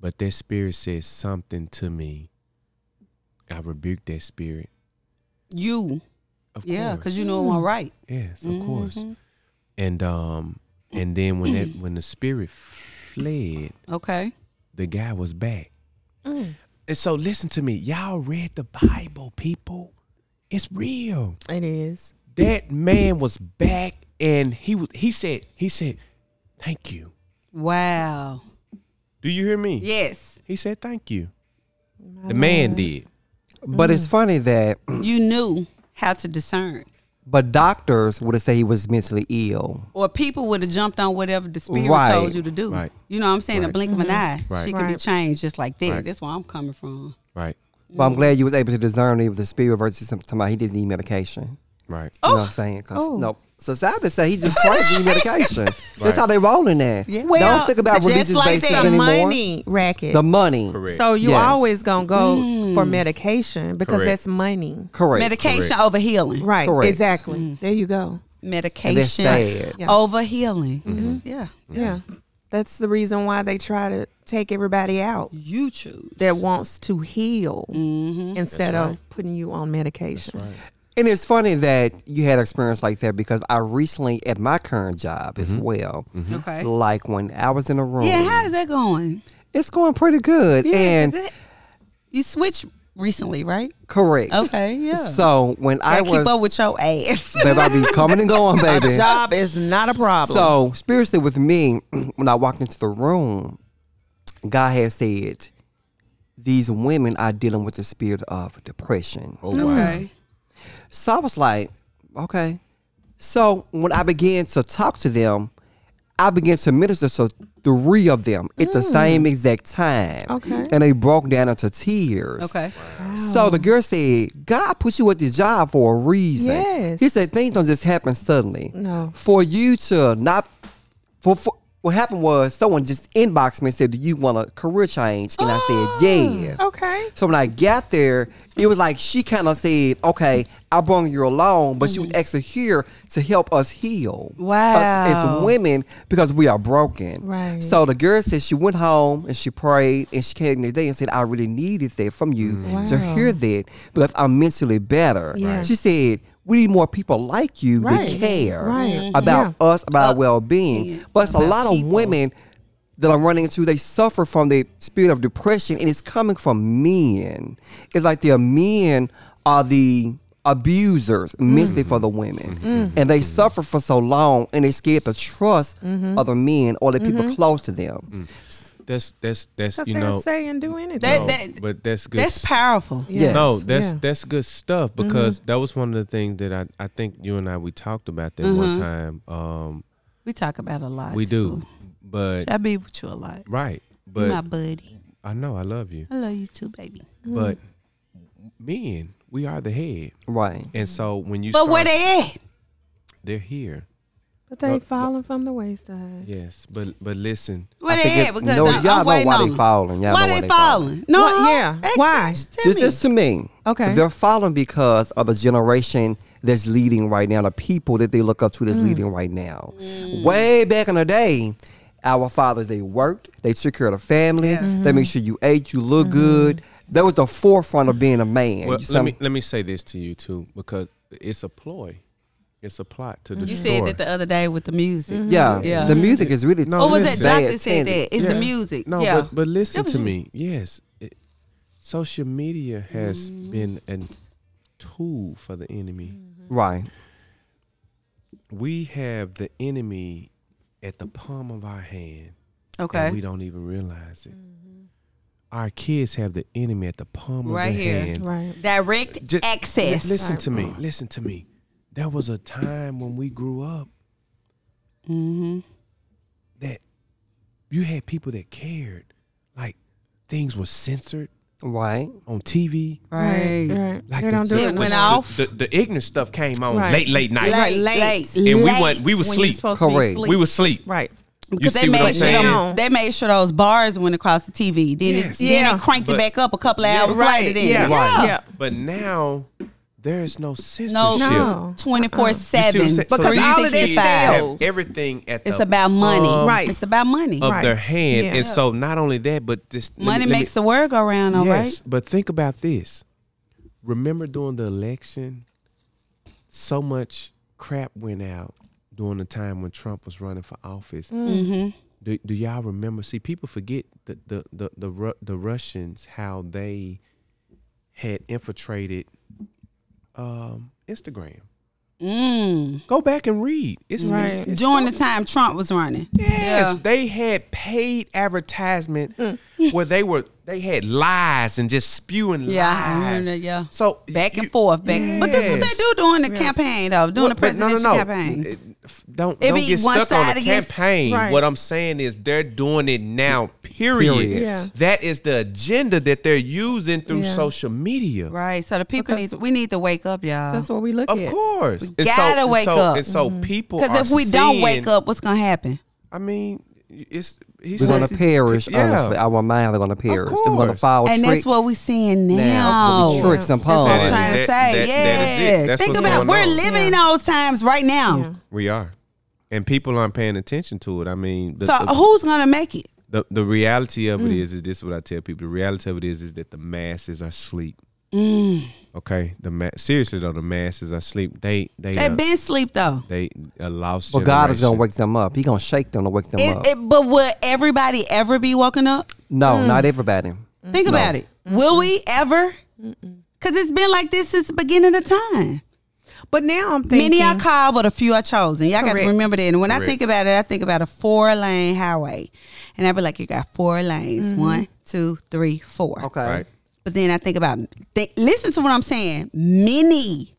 but that spirit said something to me. I rebuked that spirit.
You.
Of
Yeah,
course.
because you know it wasn't right.
Yes, of course.
Mm-hmm.
And um, and then when that when the spirit fled,
Okay.
the guy was back.
Mm.
And so listen to me, y'all read the Bible, people. It's real.
It is.
That man was back, and he was. He said. He said, "Thank you."
Wow.
Do you hear me?
Yes.
He said, "Thank you." The man did.
Mm.
But it's funny that
You knew how to discern.
But doctors would have said he was mentally ill.
Or people would have jumped on whatever the spirit
Right.
told you to do.
Right.
You know what I'm saying? A blink of an eye.
Right.
She can be
Mm-hmm. Right.
changed just like that.
Right.
That's where I'm coming from.
Right.
But
Mm.
I'm glad you was able to discern it was the spirit versus some- somebody he didn't need medication.
Right.
You know what I'm saying? 'Cause,
Oh.
no, society say he just crazy need medication. That's how they rolling there.
Well,
Don't think about
just
religious
like
basis
that.
the
anymore.
money racket.
The money.
Correct.
so you
Yes. Mm.
always gonna go for medication because
Correct.
that's money.
Correct.
Medication over healing.
Right.
Correct.
Exactly. Mm. There you go.
Medication
sad.
Yeah.
over healing.
Mm-hmm.
It's- Yeah.
Yeah. That's the reason why they try to take everybody out
You choose.
that wants to heal instead of putting you on medication.
And it's funny that you had experience like that because I recently at my current job as well.
Okay.
Like when I was in a
Oh,
room.
Yeah, how is that going?
it's going pretty good.
Yeah,
and
is it- you switched recently, right?
correct.
Okay, yeah.
So when I
I
was
keep up with your ass.
baby, I be coming and going, baby.
Job is not a problem.
So spiritually with me, when I walked into the room, God had said, These women are dealing with the spirit of depression.
Oh wow.
So I was like, okay. So when I began to talk to them, I began to minister to three of them at the same exact time.
Mm. Okay.
And they broke down into tears.
Okay.
So the girl said, God put you at this job for a reason.
Yes.
He said, things don't just happen suddenly.
No.
For you to not, for, for what happened was someone just inboxed me and said, Do you want a career change? And
Ah,
I said, Yeah.
okay.
So when I got there, it was like she kind of said, "Okay, I brought you along, but you
Mm-hmm.
was actually here to help us heal. us
Wow.
as women because we are broken.
Right.
So the girl said she went home and she prayed and she came the next day and said, "I really needed that from you to
Wow.
hear that because I'm mentally better."
Yeah.
She said. We need more people like you
Right.
that care
Right.
Mm-hmm.
about us, about
Uh,
our well-being. But it's a lot of women that I'm running into, they suffer from the spirit of depression, and it's coming from men. It's like their men are the abusers, mostly
Mm-hmm.
for the women,
Mm-hmm.
and they suffer for so long, and they scared to trust
Mm-hmm.
other men or the people close to them.
Mm.
That's that's that's
Because
you
they
know.
say and do anything.
That-
no,
that-
but that's good.
That's powerful.
Yes.
No, that's
Yeah.
that's good stuff
Mm-hmm.
because that was one of the things that I, I think you and I we talked about that
Mm-hmm.
one time. Um,
We talk about a lot.
we
too.
do, but
I be with you a lot.
right,
You my Mm-hmm.
but
buddy.
I know I love you,
I love you too, baby.
but men we are the head,
Right.
and so when you
But
start,
where they at?
they're here.
but
uh,
they falling from the wayside.
Yes, but but listen,
Where they
think
at?
it-
Because
no,
I,
y'all
I'm
know
waiting
why
on
they
them.
falling. Y'all
why
know
they,
why they
falling?
falling.
No,
Why- yeah.
ask
Why?
this to
This
me.
is to me.
Okay.
They're falling because of the generation that's leading right now, the people that they look up to
Mm.
that's leading right now. Way back in the day, our fathers, they worked, they took care of the family, they
Mm-hmm.
made sure you ate, you look good. That was the forefront of being a man.
well,
You
let
some-
me let me say this to you too because it's a ploy, it's a plot to
Mm-hmm. You
destroy.
said that the other day with the music.
yeah,
Yeah.
the music is really.
No,
Or Mm-hmm. Oh, was that
listen.
Jock
bad
that said
attended.
that? It's the
Yeah.
music.
No,
yeah.
but but listen
That was
to
you.
me. Yes, it, social media has
Mm-hmm.
been a tool for the enemy.
Right.
We have the enemy at the palm of our hand,
okay. Mm-hmm.
and we don't even realize it. Our kids have the enemy at the palm
Right
of their
here.
hand.
Right.
Direct
Ju-
access.
li- listen to me. Listen to me. There was a time when we grew up
Mm-hmm.
that you had people that cared. Like things were censored
Right.
on TV.
Right.
Right.
Like
they don't do
the,
it.
It
the-
went
the-
off.
The, the ignorant stuff came on
Right.
late, late night,
Late,
Late,
late,
and we
late.
went, we were
when you're
sleep.
supposed to be
Correct.
asleep.
We were sleep.
right.
You
Because
see
they
what I'm
made sure
saying?
them- they made sure those bars went across the TV. Then
Yes.
it then
Yeah.
it cranked
But-
it back up a couple of
Yeah.
hours
Right.
later. Then.
Yeah.
Right.
Yeah.
But now there is no censorship.
No,
No.
twenty four
You see what I'm
seven.
saying? So
Because
these
all of this
kids have
sells.
everything at
It's
the
about money.
palm
Right.
It's about money.
of
Right.
their hand.
Yeah.
And so not only that, but just let me-
Money
let me-
makes the world go round, all right.
but think about this. Remember during the election, so much crap went out during the time when Trump was running for office.
Mm-hmm.
Do, do y'all remember? See, people forget the the the the, Ru- the Russians how they had infiltrated um, Instagram. Go back and read. It's, it's-
Right.
it's-
Mm. During the time Trump was running.
yes,
Yeah. Mm.
they had paid advertisement where they were they had lies and just spewing
Yeah, I
lies.
remember that, yeah.
So
Back and
you-
forth, back. But this is what
Yes.
they do during the campaign, though, during the
Well, but
presidential campaign.
It- f- Don't,
It
don't
be
get
one
stuck on
side
the
against-
campaign.
Right.
What I'm saying is they're doing it now, period.
Period.
Yeah.
That is the agenda that they're using through
Yeah.
social media.
Right. So the people
Because-
need we need to wake up, y'all.
That's what we look
Of
at.
course. We
gotta
so,
wake
so,
up.
And so
Mm-hmm.
people are
Because if we don't wake
seeing-
up, what's gonna happen?
I mean, it's he's
We're gonna perish.
Yeah.
Honestly, our minds are gonna perish. And We're gonna
course.
follow
and
trick.
that's what we're seeing now.
now. We'll be tricks and
That's what I'm
Oh, Yeah.
trying
pawns.
to
That-
say.
that- that is it.
yeah.
That's
Think
what's
about
going
we're
on.
living in those times right now.
Yeah.
We are. And people aren't paying attention to it. I mean, the,
So
oh.
the,
who's gonna make it?
the, the reality of it
Mm.
is, is this is what I tell people. The reality of it is, is that the masses are asleep.
Mm.
Okay, the ma- seriously though, the masses are asleep. They they
They
uh,
been asleep though.
they a lost.
But God is gonna
generation.
wake them up. He gonna shake them to wake them
It, mm.
up.
it, but will everybody ever be woken up?
no, not everybody.
Think about it. Will we ever? Because it's been like this since the beginning of time.
But now I'm thinking.
Many are called, but a few are chosen. Y'all got to
Correct.
remember that. And when I
Correct.
think about it, I think about a four lane highway. And I be like, you got four lanes
Mm-hmm.
one, two, three, four.
Okay.
Right.
But then I think about, think, listen to what I'm saying. Many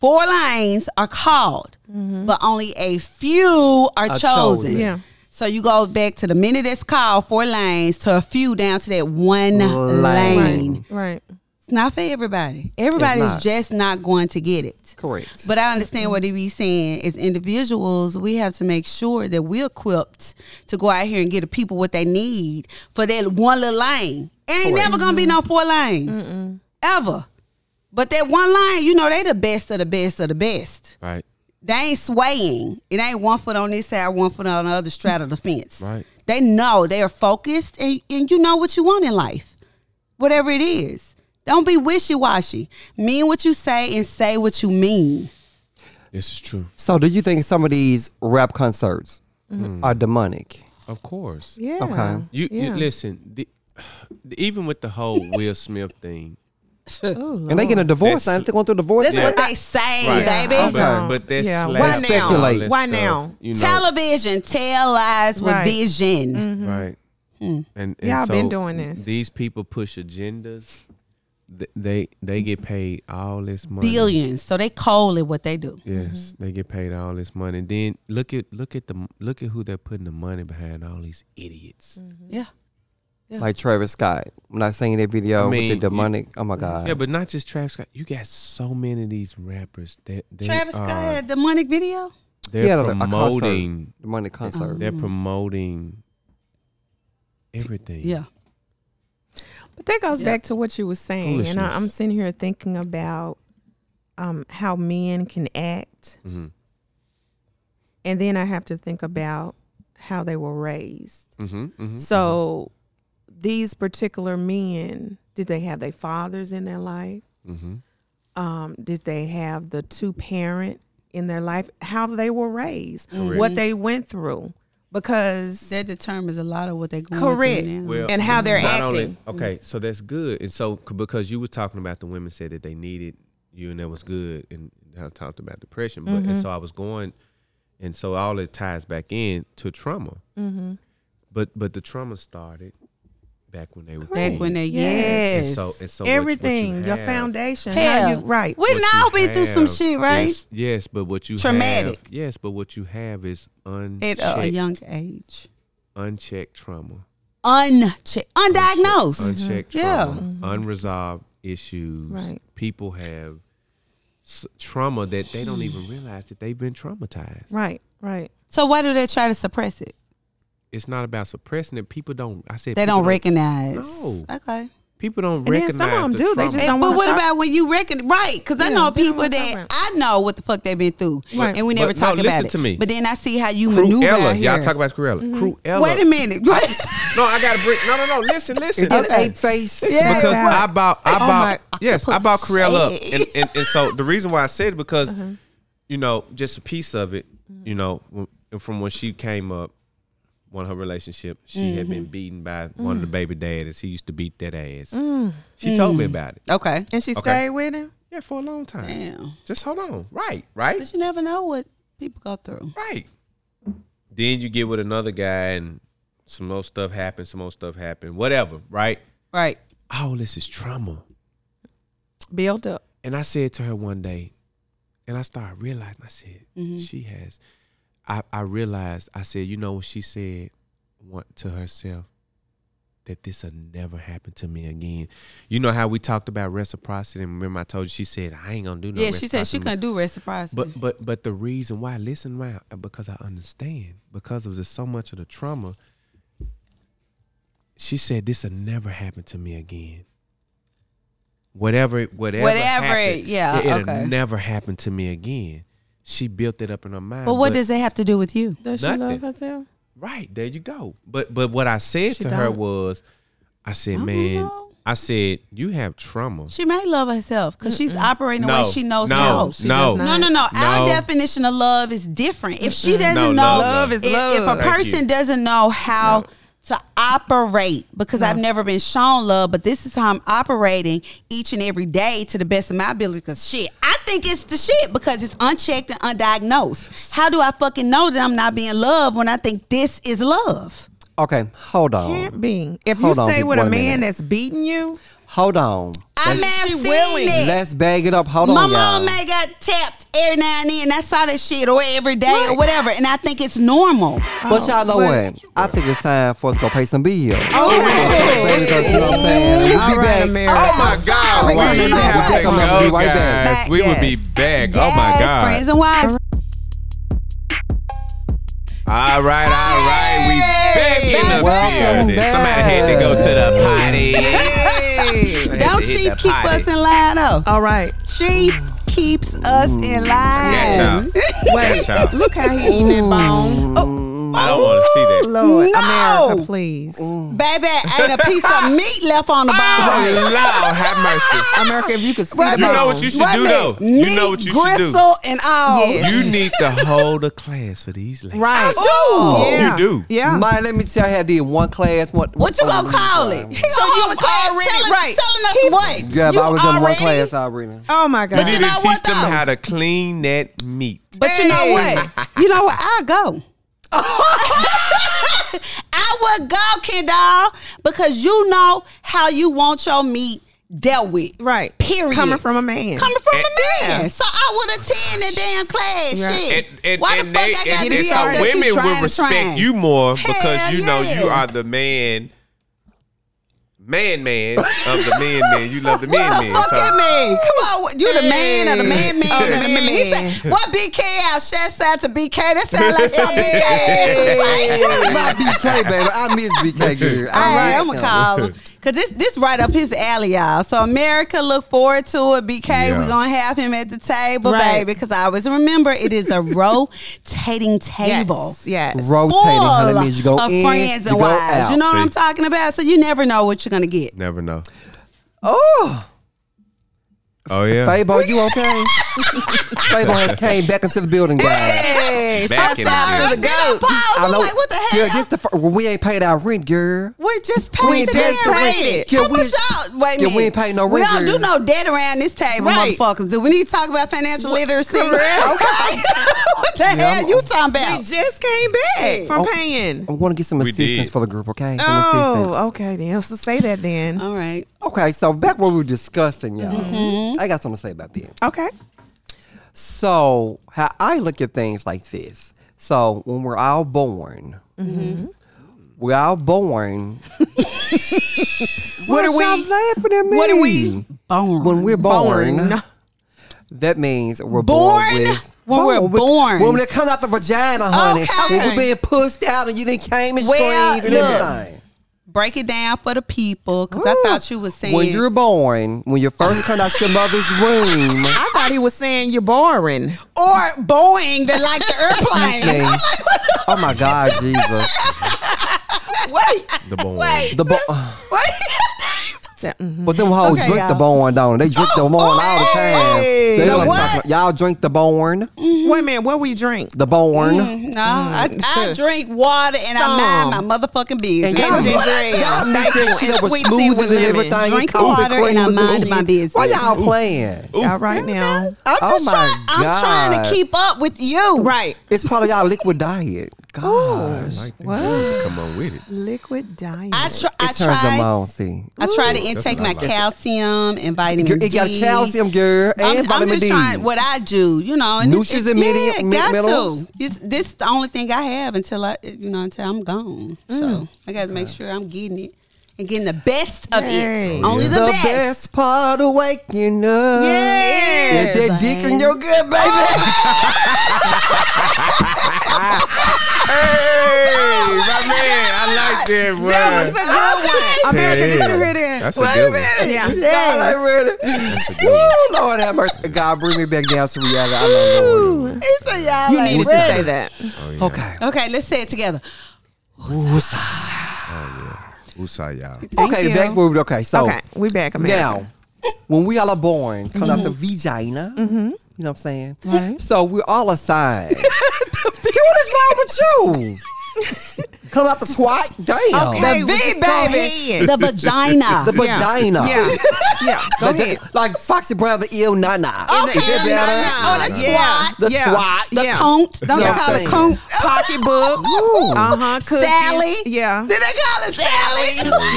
four lanes are called, but only a few are,
Are
chosen.
chosen.
Mm-hmm. Yeah.
So you go back to the many that's called four lanes to a few down to that one
Lane.
lane.
Right.
It's not for everybody. Everybody's
not.
just not going to get it.
Correct.
But I understand what he be saying. As individuals, we have to make sure that we're equipped to go out here and get the people what they need for that one little lane. It ain't never gonna be no four lanes ever. But that one line, you know, they the best of the best of the best.
Right.
They ain't swaying. It ain't one foot on this side, one foot on the other straddle the fence.
Right.
They know they are focused and, and you know what you want in life. Whatever it is. Don't be wishy washy. Mean what you say and say what you mean.
This is true.
So, do you think some of these rap concerts
Mm-hmm.
are demonic?
Of course.
Yeah.
Okay.
You, you-
Yeah.
listen. The, even with the whole Will Smith thing,
Oh,
And they getting a divorce.
That's-
now. They're going through a divorce.
That's
now.
what they say,
Right.
baby.
Okay.
but, but that's
Yeah.
slapped
Why
and
now?
all that
Why
stuff,
now?
You know,
Television, tell lies with
Right. Mm-hmm.
vision.
right?
Hmm.
And, and
Y'all
so
been doing this.
These people push agendas. Th- They they get paid all this money.
Billions. So they cold at what they do.
Yes,
Mm-hmm.
they get paid all this money. Then look at look at the look at who they're putting the money behind. All these idiots.
Mm-hmm.
Yeah.
Like Travis Scott. When I seen that video
I
with
mean,
the demonic. oh my God.
Yeah, but not just Travis Scott. You got so many of these rappers that they
Travis
are,
Scott had the demonic video.
They're
Yeah, a- a concert.
promoting.
demonic
Um,
concert.
Mm-hmm.
They're promoting everything.
Yeah.
But that goes back to what you were saying, and I,
Foolishness.
I'm sitting here thinking about um, how men can act,
Mhm.
and then I have to think about how they were raised.
Mm-hmm, mm-hmm.
So, these particular men, did they have their fathers in their life?
Mhm.
Um, did they have the two parent in their life? How they were raised, what they went through, because
That determines a lot of what they're going
correct,
through now.
and how they're
not
acting.
only- okay, so that's good. And so c- because you were talking about the women said that they needed you and that was good and I talked about depression. But
Mm-hmm.
and so I was going and so all it ties back in to trauma. Mm-hmm. But but the trauma started back when they were
Back when they, yes.
Yes.
and so and so what- what you
everything, your
have-
foundation,
Hell.
how you right.
We've
what
all
you
been through some
have-
shit, right?
Yes, yes, but what you have-
Traumatic.
yes, but what you have is unchecked,
At a, a young age.
unchecked trauma.
Unchecked, undiagnosed.
unchecked
Yeah.
trauma, unresolved issues.
Right.
People have s- trauma that they don't even realize that they've been traumatized.
Right, right.
So why do they try to suppress it?
It's not about suppressing it. People don't. I said
They
people
don't recognize.
No.
Okay.
People don't
then
recognize.
some of 'em
the
do. They
trauma.
just
Hey,
don't
but
wanna
what
talk-
about when you reckon right? Because I
Yeah,
know
they don't
people
wanna talk
that
about
I know what the fuck they've been through,
Right.
and we never
But no,
talk about
listen
it.
to me.
But then I see how you maneuver out
Cruella.
here.
Y'all talk about Cruella. Cruella.
Wait a minute.
No, I gotta bring. No, no, no. Listen, listen.
Is that ape face?
Yeah.
because
Right.
I bought I
Oh
bought
my-
yes I bought Creole up
Octopus.
and, and and so the reason why I said it because you know just a piece of it you know w- from when she came up when her relationship she had been beaten by one of the baby daddies he used to beat that ass she told me about it
okay.
And she stayed with him.
Yeah, for a long time.
Damn.
Just hold on. Right, right,
But you never know what people go through.
right. Then you get with another guy and some more stuff happened, some more stuff happened, whatever, right?
Right.
All this is trauma.
Build up.
And I said to her one day, and I started realizing, I said,
Mm-hmm.
she has. I, I realized, I said, you know, when she said one, to herself that this will never happen to me again. You know how we talked about reciprocity? And remember, I told you, she said, I ain't going to do no
yeah, she said she
reciprocity."
couldn't do reciprocity.
But but but the reason why, listen, right, because I understand because of the so much of the trauma. She said this will never happen to me again. Whatever, it- whatever,
Whatever
happened,
it- yeah,
it, it'll
okay.
never happen to me again. She built it up in her mind.
but what does that have to do with you?
Does
Nothing.
herself?
Right there, you go. But but what I said
She
to her
don't.
was, I said,
don't
man,
know.
I said you have trauma.
She may love herself because she's operating the
Mm, No,
way she knows
no,
how.
no, She
no,
does not.
no, no. Our
No. Mm.
definition of love is different. If she doesn't
No,
know,
love,
love.
if,
Love is love.
if a
Thank you.
person doesn't know how to operate, because I've never been shown love, but this is how I'm operating each and every day to the best of my ability. Because shit, I think it's the shit because it's unchecked and undiagnosed. How do I fucking know that I'm not being loved when I think this is love?
Okay, hold
Oh.
on.
Can't be. If you
Hold on,
stay
people,
with a
wait a
man
minute.
that's beating you,
Hold on.
I may have
she
seen
willing.
it.
Let's bag it up. Hold
my
on,
mom
y'all.
may got tapped every now and then. I saw that shit or every day or whatever, and I think it's normal.
but y'all
Oh,
know
But-
what? I think it's time for us to go pay some bills.
Okay.
Baby, 'cause you know what I'm saying? We'll
all
be
right,
back.
America.
Oh my
I'm
God!
sorry,
Why
because
you
you know
have
what?
to go,
We'll be right back.
guys? We will be
Yes.
back. Oh my God!
friends and wives.
All right, all right. We back in the
Oh,
Welcome
building.
back.
Somebody had to go to the potty. Somebody had
Don't
to hit
Chief
the
keep
potty.
us in line though.
All right.
Chief keeps us in line.
That's y'all. That's y'all.
Look how he eating that
oh,
bone.
I don't want to see that.
Lord,
No.
America, please.
Baby, ain't a piece of meat left on the bone.
Oh, Lord, have mercy.
America, if you could see
Right
the
Oh, You know
bone.
what you should
Wasn't
do, though.
it
You
meat,
know what you should
gristle
do.
and all.
Yes.
You need to hold a class for these ladies.
right.
Ooh.
Yeah.
Oh. You do.
Yeah.
Maya, let me tell you, I did one class. One,
What you
Oh,
gonna call it? He so
you
on the class
already-
telling,
right.
telling us what?
Yeah, but I was done one
already-
class already.
oh my God.
You need
know
to
what,
teach them
though?
how to clean that meat.
But you know
Hey.
what? You know what? I'll go. I would go, kid doll, because you know how you want your meat dealt with.
Right.
Period.
Coming from a man.
Coming from
And-
a man. So I would attend the damn class.
Right.
Shit.
And, and,
Why
and
the fuck
they,
I gotta
and,
be
and
out
so
there keep
women
trying
will
to
respect
trying?
you more
Hell
because you know you
yeah.
are the man, man, man of the men, man. You love the men,
What the
man.
fuck
So-
that mean? Come on, you the man of the man, man,
Oh,
of the
man,
man. He
man.
said, "What BK? I shout out to BK. That sound like E some BK."
My BK, baby. I miss BK, girl. I
All right,
miss
I'm gonna
him.
call him because this this right up his alley, y'all. So America, look forward to it. BK,
Yeah.
we're gonna have him at the table,
Right.
baby. Because I always remember it is a rotating table.
Yes. yes.
Rotating,
full
honey, means you go
of
in,
friends
you
and
go
wives.
out.
You know what I'm
See?
talking about? So you never know what you're gonna get.
Never know.
Oh,
Oh yeah.
Fabo, you okay? Fabo has came back into the building, guys.
Hey,
Back in
shout out
the
to the goat.
I
I'm
know-
like, what the hell?
Yeah, this the fir- well, we ain't paid our rent, girl.
We just paid
We
the
just
damn rent.
paid it. Yeah,
How
we-
much y'all? Wait a
yeah,
minute.
we ain't paid no
We
rent,
don't do
girl.
no debt around this table,
Right.
motherfuckers. Do we need to talk about financial literacy? Okay. what the
I'm-
hell you talking about?
We just came back from paying.
Oh,
I'm going to get some
We
assistance
did.
for the group, okay? Some assistance.
Oh, okay then. So say that then.
All right.
Okay, so back where we were discussing, y'all.
Mm-hmm.
I got something to say about that.
Okay.
So, how I look at things like this. So, when we're all born,
Mm-hmm.
we're all born. what are we laughing at me? What are we?
Born.
When we're born,
Born.
that means we're
Born?
born, with.
When we're
with-
born.
When it comes out the vagina, honey.
Okay.
When we're being pushed out and you didn't came and
Well,
screamed and
look.
everything.
Break it down for the people, because I
Ooh.
thought you were saying.
When you're born, when you first come out your mother's womb,
I thought he was saying you're boring.
or Boeing, the, like the airplane.
Excuse me. oh my God, Jesus.
Wait.
The boy.
Wait.
The bo-
Wait.
That- mhm.
uh, But them hoes
Okay,
drink the
y'all.
bone down. They drink the bone all the time.
hey.
They
The
like to
Oh, what?
talk about- y'all drink the bone,
Wait a minute, what we drink?
the bone.
No, I, I drink water and I mind my motherfucking business.
And y'all,
Ginger ale.
y'all mix that shit up with
Sweet tea
smoothies and
with lemon.
everything.
Drink
Coffee
water
cream
and I
with
mind
this
my
shit.
business.
Why y'all playing?
Y'all right now.
I'm
Oh
just
my
trying. I'm trying
God.
to keep up with you.
Right.
It's part of y'all liquid diet. Gosh.
What?
Come on with it.
Liquid diet.
I, tr- I
it turns them
try.
on, see.
I try to
That's
intake
what I
my
like.
calcium and vitamin
Girl, It got
D.
calcium, girl, and
I'm, I'm
vitamin
just
D.
trying what I do, you know. And it's-
Nutrients
it-
and midi- mi-
yeah, got
minerals?
to. This, this is the only thing I have until I, you know, until I'm gone.
Mm.
So I got to make sure I'm getting it and getting the best of
Yay.
it. Only the,
Oh, the
best.
best part of waking up
Yes.
is that dick in your good,
Oh,
baby.
Hey, my man, I like that, boy.
that was a good one. America, did you hear that?
That's a good one.
Yeah.
God, I read it. Woo, Lord have mercy. God, bring me back down to reality. I don't know what I'm doing.
It's a y'all
You
ain't
needed to
ready.
say that.
Okay.
Okay, let's say it together.
Usa, y'all.
Okay,
you.
back where we okay,
Oh.
so
okay, we back, America.
now when we all are born, coming out the vagina, you know what I'm saying?
Mm-hmm. Right.
So we're all assigned. what is wrong with you? Come out the twat?
uh,
Damn.
Okay,
The
we
V,
just go
baby.
ahead.
The vagina.
The vagina.
Yeah, yeah. Go
Like-
ahead.
Like Foxy Brown, the ill nana.
Oh,
Is that
ill
better?
nana. Oh, the
yeah.
twat. The
yeah.
twat.
the
yeah.
conch. Don't
Yeah.
they call it
Yeah.
conch?
Pocketbook. Uh huh.
Sally.
Yeah.
Did they call it Sally?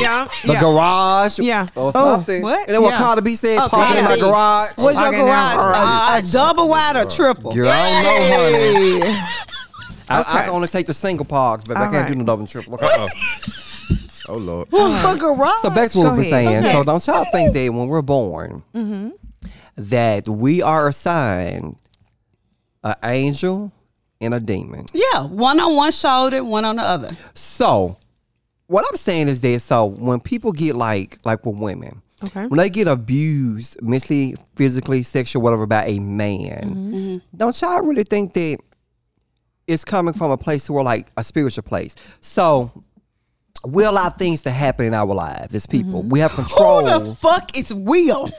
Yeah.
The
yeah.
garage,
Yeah.
or
Oh,
something.
what?
And then what
Yeah.
Carter B said,
Oh,
"Park in my
Cardi B.
garage."
What's your
Okay, now,
garage? A, a double wide or triple?
Girl, I don't know, honey. I, I
Okay.
can only take the single parks, but I
All
can't do
right.
no double and triple.
Uh-oh. Oh, Lord.
A garage.
So back to what
Go
we're
ahead.
saying.
Okay. Mm-hmm.
So don't y'all think that when we're born, that we are assigned an angel and a demon.
Yeah, one on one shoulder, one on the other.
So what I'm saying is that so when people get like like with women,
Okay.
when they get abused mentally, physically, sexual, whatever by a man,
Mm-hmm.
don't y'all really think that it's coming from a place where like a spiritual place? So we allow things to happen in our lives as people.
Mm-hmm.
We have control.
Who the fuck is Will?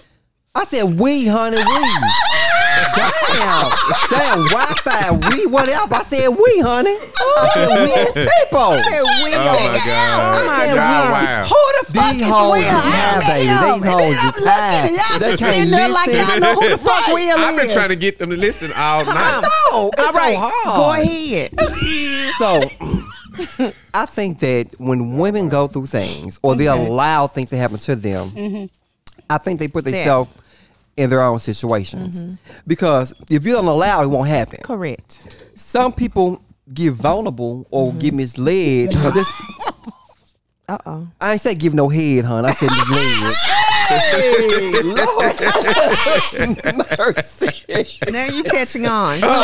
I said we, honey, we. Damn, damn, Wi-Fi, we, whatever. I said we, honey. I said we as people.
Oh, my God.
I said
God,
we-
wow.
Who the fuck
These
is
hoes
Will?
is high,
I
baby.
am.
These
And
hoes
then I'm
is
looking
high.
at y'all
They
just
can't
sitting there like
listen.
y'all know who the fuck Will is.
I've been trying to get them to listen all night.
No, it's
All right.
so
Go
hard.
ahead.
So I think that when women go through things or they allow things to happen to them, I think they put themselves in their own situations. Because if you don't allow, it won't happen.
Correct.
Some people get vulnerable or get misled. 'cause this-
Uh oh.
I ain't say give no head, hon. I said misled. Hey, Lord, mercy.
Now you catching on.
Oh, God.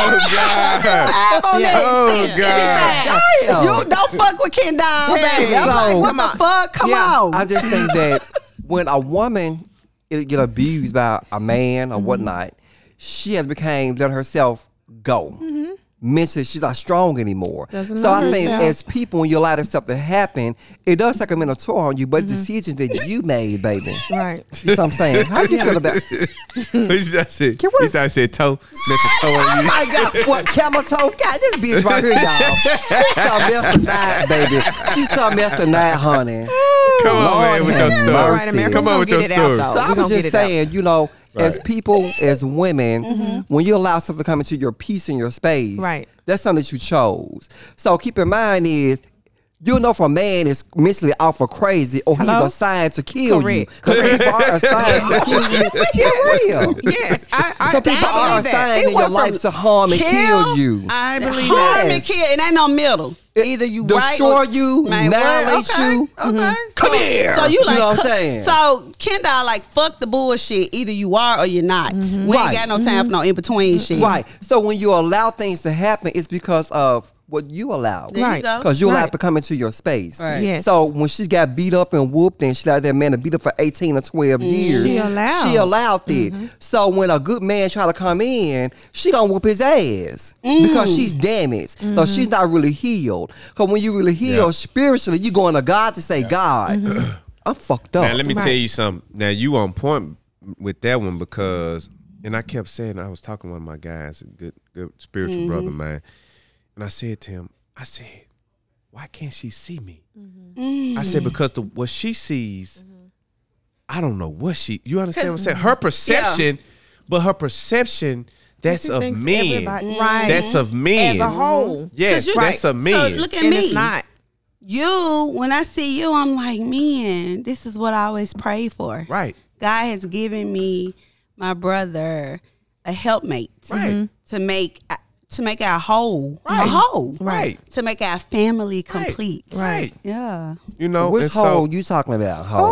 I'm on that
Oh,
since
God.
anytime. You don't fuck with Kendall,
Hey,
baby. I'm
so-
like, what
Come
the
on.
fuck? Come
Yeah.
on.
I just think that when a woman it get abused by a man or whatnot, she has became let herself go. Mentally, she's not strong anymore.
Doesn't
so
know
I think
herself.
as people, when you allow this stuff to happen, it does take a mental toll on you. But the decisions that you made, baby,
Right.
you know what I'm saying? How you feel about?
I said, he said, I said, toe. Mr. Toe
Oh
on you.
my God! What camel toe? God, this bitch right here, y'all. She's something else tonight, baby. She's something else tonight, honey.
Come on,
Lord
man, with your
have
story.
All
mercy.
right, America.
Come
we
on
gonna
with your
get it out,
story.
though.
So
We
I was
gonna
just
get it out.
saying, you know, as
Right.
people, as women, when you allow something to come into your peace and your space,
Mm-hmm. Right.
that's something that you chose. So keep in mind is you know if a man is mentally off or crazy or
Hello?
he's assigned to kill you.
Correct.
Because people are assigned to kill you. For real.
Yes, I, I,
Some people
I
are
believe that.
assigned in your life to harm and
kill-
kill you.
I believe
Harm
that.
and kill. It ain't no middle. Either you right
destroy
or,
you,
Man,
annihilate
well, okay,
you. Mm-hmm.
Okay.
Come
so,
here.
So you
You
like
know what I'm saying?
So Kendall like fuck the bullshit. Either you are or you're not. We
Right.
ain't got no time for no in between shit.
Right. So when you allow things to happen, it's because of what you allow.
There
Right.
you go.
Because you allowed
Right.
to come into your space.
Right.
Yes.
So when she got beat up and whooped and she allowed that man to beat up for 18 or 12 years.
Mm-hmm. She allowed. Mm-hmm.
She allowed it. So when a good man try to come in, she gonna whoop his ass.
Mm.
Because she's damaged. So
Mm-hmm.
she's not really healed. Because when you really heal
Yeah.
Mm-hmm.
spiritually, you going to God to say, God, I'm fucked up.
Now let me
Oh, Right.
tell you something. Now you on point with that one because, and I kept saying I was talking to one of my guys, a good good spiritual
Mm-hmm.
brother of mine, and I said to him, I said, why can't she see me?
Mm-hmm.
I said because the what she sees, I don't know what she. You understand what I'm saying? Her perception, but her perception that's
She
of
thinks
men.
everybody- Right.
That's of men
As a whole.
Yes,
'Cause you-
that's of men.
So look at
And
me.
it's not.
You, when I see you, I'm like, man, this is what I always pray for.
right.
God has given me my brother a helpmate
Right. Mhm.
to make to make our whole
Right.
a whole
Right.
to make our family complete.
Right.
Yeah.
You know,
Which
and so-
hole you talking about? Hole.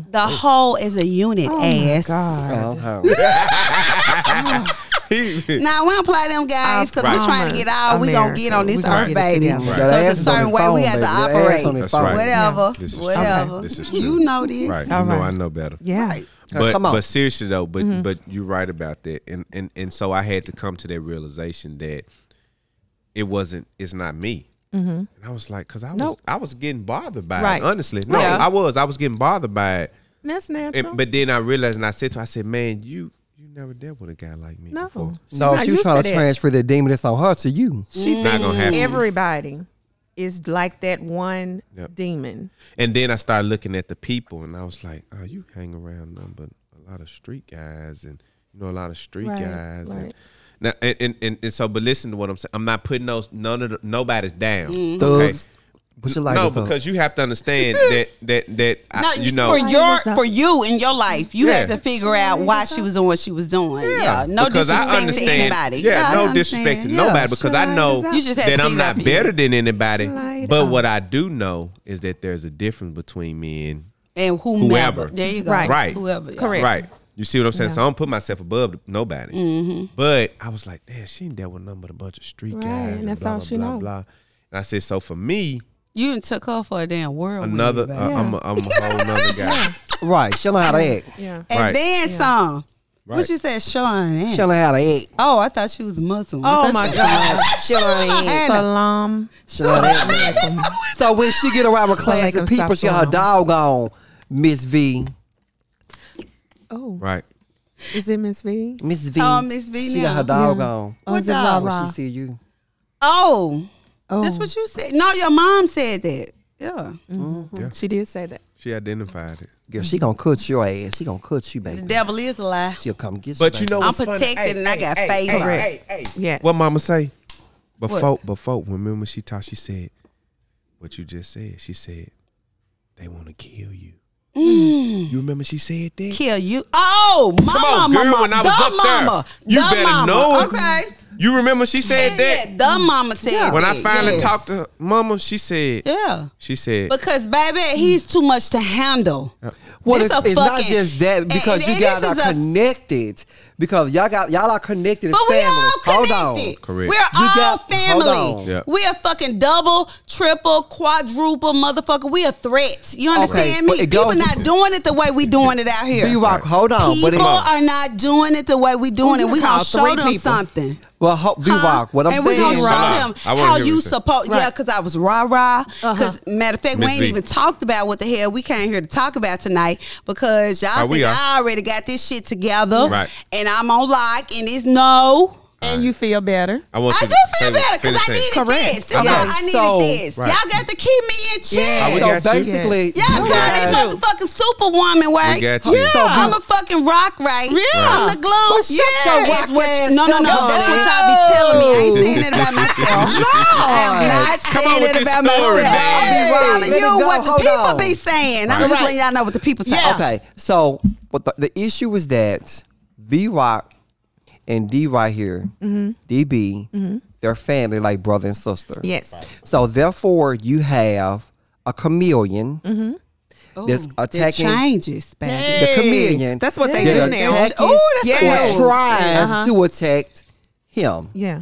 Oh,
The whole is a unit, ass.
God.
Oh,
Now we don't play them guys because
Right.
we're trying to get out. we gonna
America.
get on
We
this
gonna
earth,
get it
baby.
together. Right.
So it's a certain way we have to operate.
That's right.
Whatever,
This is true.
whatever.
This is
you
true.
know this.
Right.
All
you know
right.
I know better.
yeah. Mm-hmm.
Uh,
But
come on.
but seriously though, but but you're right about that. And and and so I had to come to that realization that it wasn't it's not me. And I was like, cause I was
Mm-hmm. Nope.
I was getting bothered by
Right.
it. Honestly, no,
Yeah.
I was I was getting bothered by it.
That's natural.
And, but then I realized, and I said to her, I said, man, you you never dealt with a guy like me
no.
before.
She's
No,
not
she was
used
trying to
that.
transfer the demon that's on her to you.
Mm-hmm.
She
Mm. Not gonna
thinks
happen.
everybody is like that one
Yep.
demon.
And then I started looking at the people, and I was like, "Oh, you hang around nothing but a lot of street guys, and you know a lot of street
Right,
guys." And,
right.
now, and, and, and and so, but listen to what I'm saying. I'm not putting those none of the, nobody's down.
Mm-hmm.
Thugs. Put your light
no,
up.
because you have to understand that that that I-
No,
you know
for your
Light is up.
for you in your life, you had
Yeah.
to figure out why she was doing what she was doing. Yeah, no
because I
disrespect to
understand-
anybody.
Yeah,
I
no
understand.
disrespect to
Yeah.
nobody because I
Slide
know
is up.
You just had
that
to
I'm
figure out
not
for you.
better than anybody.
Slide
But
up.
what I do know is that there's a difference between me and
and whomever.
Whoever.
There you go.
Right.
Right.
Whoever. yeah.
Correct.
Right. You see what I'm saying? So I don't put myself above nobody. But I was like, damn, she ain't dealt with nothing but a bunch of street
Right,
guys.
and
And
that's
blah,
all
blah,
she
blah,
know.
Blah. And I said, so for me,
You done took her for a damn world.
another, uh, I'm, a, I'm a whole nother guy.
right. She don't know how to
Mm.
act.
Yeah.
and
Right.
then some.
Right.
What you said, Sean?
She don't know how to act.
Oh, I thought she was Muslim. I
Oh
thought
my
she-
God.
She don't know how to act.
Salam.
She don't know how to act. So when she get around with
Sound like
class of
I'm
people, she got her
South
dog on. Miss V.
Oh,
Right.
is it Miss V?
Miss V.
Oh, Miss V
She got
now.
her dog
Yeah.
on.
Oh, is it
dog?
Ra-Ra?
When she see you.
Oh,
Oh, Mm.
that's what you said. No, your mom said that. Yeah.
she did say that.
She identified it.
Girl, she gonna cut your ass. She gonna cut you,
The
baby.
devil is a lie.
She'll come get you.
But you
baby.
know
I'm
what's
protected
funny?
and I got favor.
Yes.
What mama say? Before, before, remember when she taught, she said, what you just said, she said, they want to kill you. You remember she said that?
Kill you. Oh, mama,
Come on, girl,
mama,
when I
the
was up
mama,
there. You
the
better
mama.
know it.
Okay.
You remember she said that?
Yeah, the mama said
When I
that,
finally
yes.
talked to mama, she said,
Yeah.
she said,
Because baby, he's too much to handle.
Well,
It's
it's,
a
it's not
fucking-
just that
and-
because
and-
you
and
guys
this
are
is a-
connected. Because y'all got y'all are connected as
But we
family.
all
Hold on.
connected.
Correct.
We're
You
all
got-
family.
hold on.
Yeah.
We are fucking double, triple, quadruple, motherfucker. We are threats. You understand
but
me?
it goes-
People not doing it the way we doing it out here.
V Rock, hold on.
People
But it's,
are not doing it the way we doing
Who
it.
you
We gonna
call
show
three
them
people?
something.
well, ho, V Rock, what I'm
and we gonna
saying,
Hold
show
on.
them
I wanna
how
hear what
you
you say.
supposed. Yeah, because I was rah rah.
Uh-huh.
Because matter of fact,
Miss
we ain't
V.
even talked about what the hell we came here to talk about tonight. Because y'all
Oh,
think
we are.
I already got this shit together,
Right.
And I'm on lock, and it's no.
And you feel better.
I want
I
you
do feel
finish-
better because
finish
I
saying-
needed
Correct.
this. This is
Okay,
all I needed
so-
this.
Right.
Y'all got to keep me in
Oh, we
check.
so
got you.
basically,
Yes.
Y'all
you
call this
guys-
motherfucking superwoman, right?
We got you.
So,
I'm a fucking rock, right?
Yeah.
I'm the glue.
But shut your
That's
rock
what-
ass
No, no, no.
up,
That's what
honey.
y'all be telling me. I ain't saying it about myself. no, I'm not
Come on
saying
with
it
this
about myself.
story, man.
I'm just
Right.
telling
Let it
you
go.
what the
Hold
people
on.
be saying. I'm just
Right.
letting y'all know what the people say.
Yeah.
Okay, so but the, the issue is that V Rock and D right here,
Mm-hmm.
DB, they're family like brother and sister.
Yes.
So therefore, you have a chameleon
Mm-hmm.
that's
It
attacking
changes, baby.
the chameleon.
That's what they
that
do now.
attacks
Oh, that's
yes.
nice.
or tries
Uh-huh.
to attack him.
Yeah.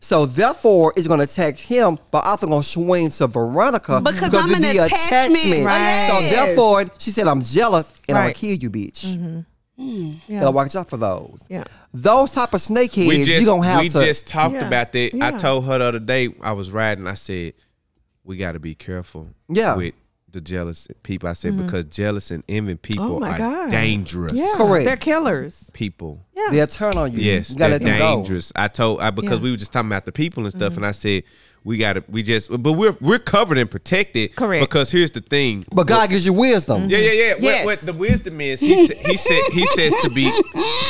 So therefore, it's going to attack him, but also going to swing to Veronica
Because I'm
of
an
the
attachment. Right.
So
Yes.
therefore, she said, "I'm jealous and I'm gonna
Right.
kill you, bitch."
Mm-hmm.
And
Yeah.
I watch out for those.
Yeah.
Those type of
We
snakeheads,
just,
you gonna have
we
to.
just talked
Yeah.
about that. I
Yeah.
told her the other day I was riding. I said, we got to be careful.
Yeah.
With the jealous people. I
Mm-hmm.
said because jealous and envy people
Oh my
are
God.
dangerous
Yeah,
Correct.
They're killers.
people.
Yeah.
They'll turn on you.
Yes,
you gotta
they're
let them go.
dangerous. I told I because
Yeah.
we were just talking about the people and stuff, and I said we got to we just but we're we're covered and protected.
Correct.
Because here's the thing.
But God gives you wisdom.
Mm-hmm. Yeah, yeah, yeah. What,
Yes.
what the wisdom is, he sa- he said he says to be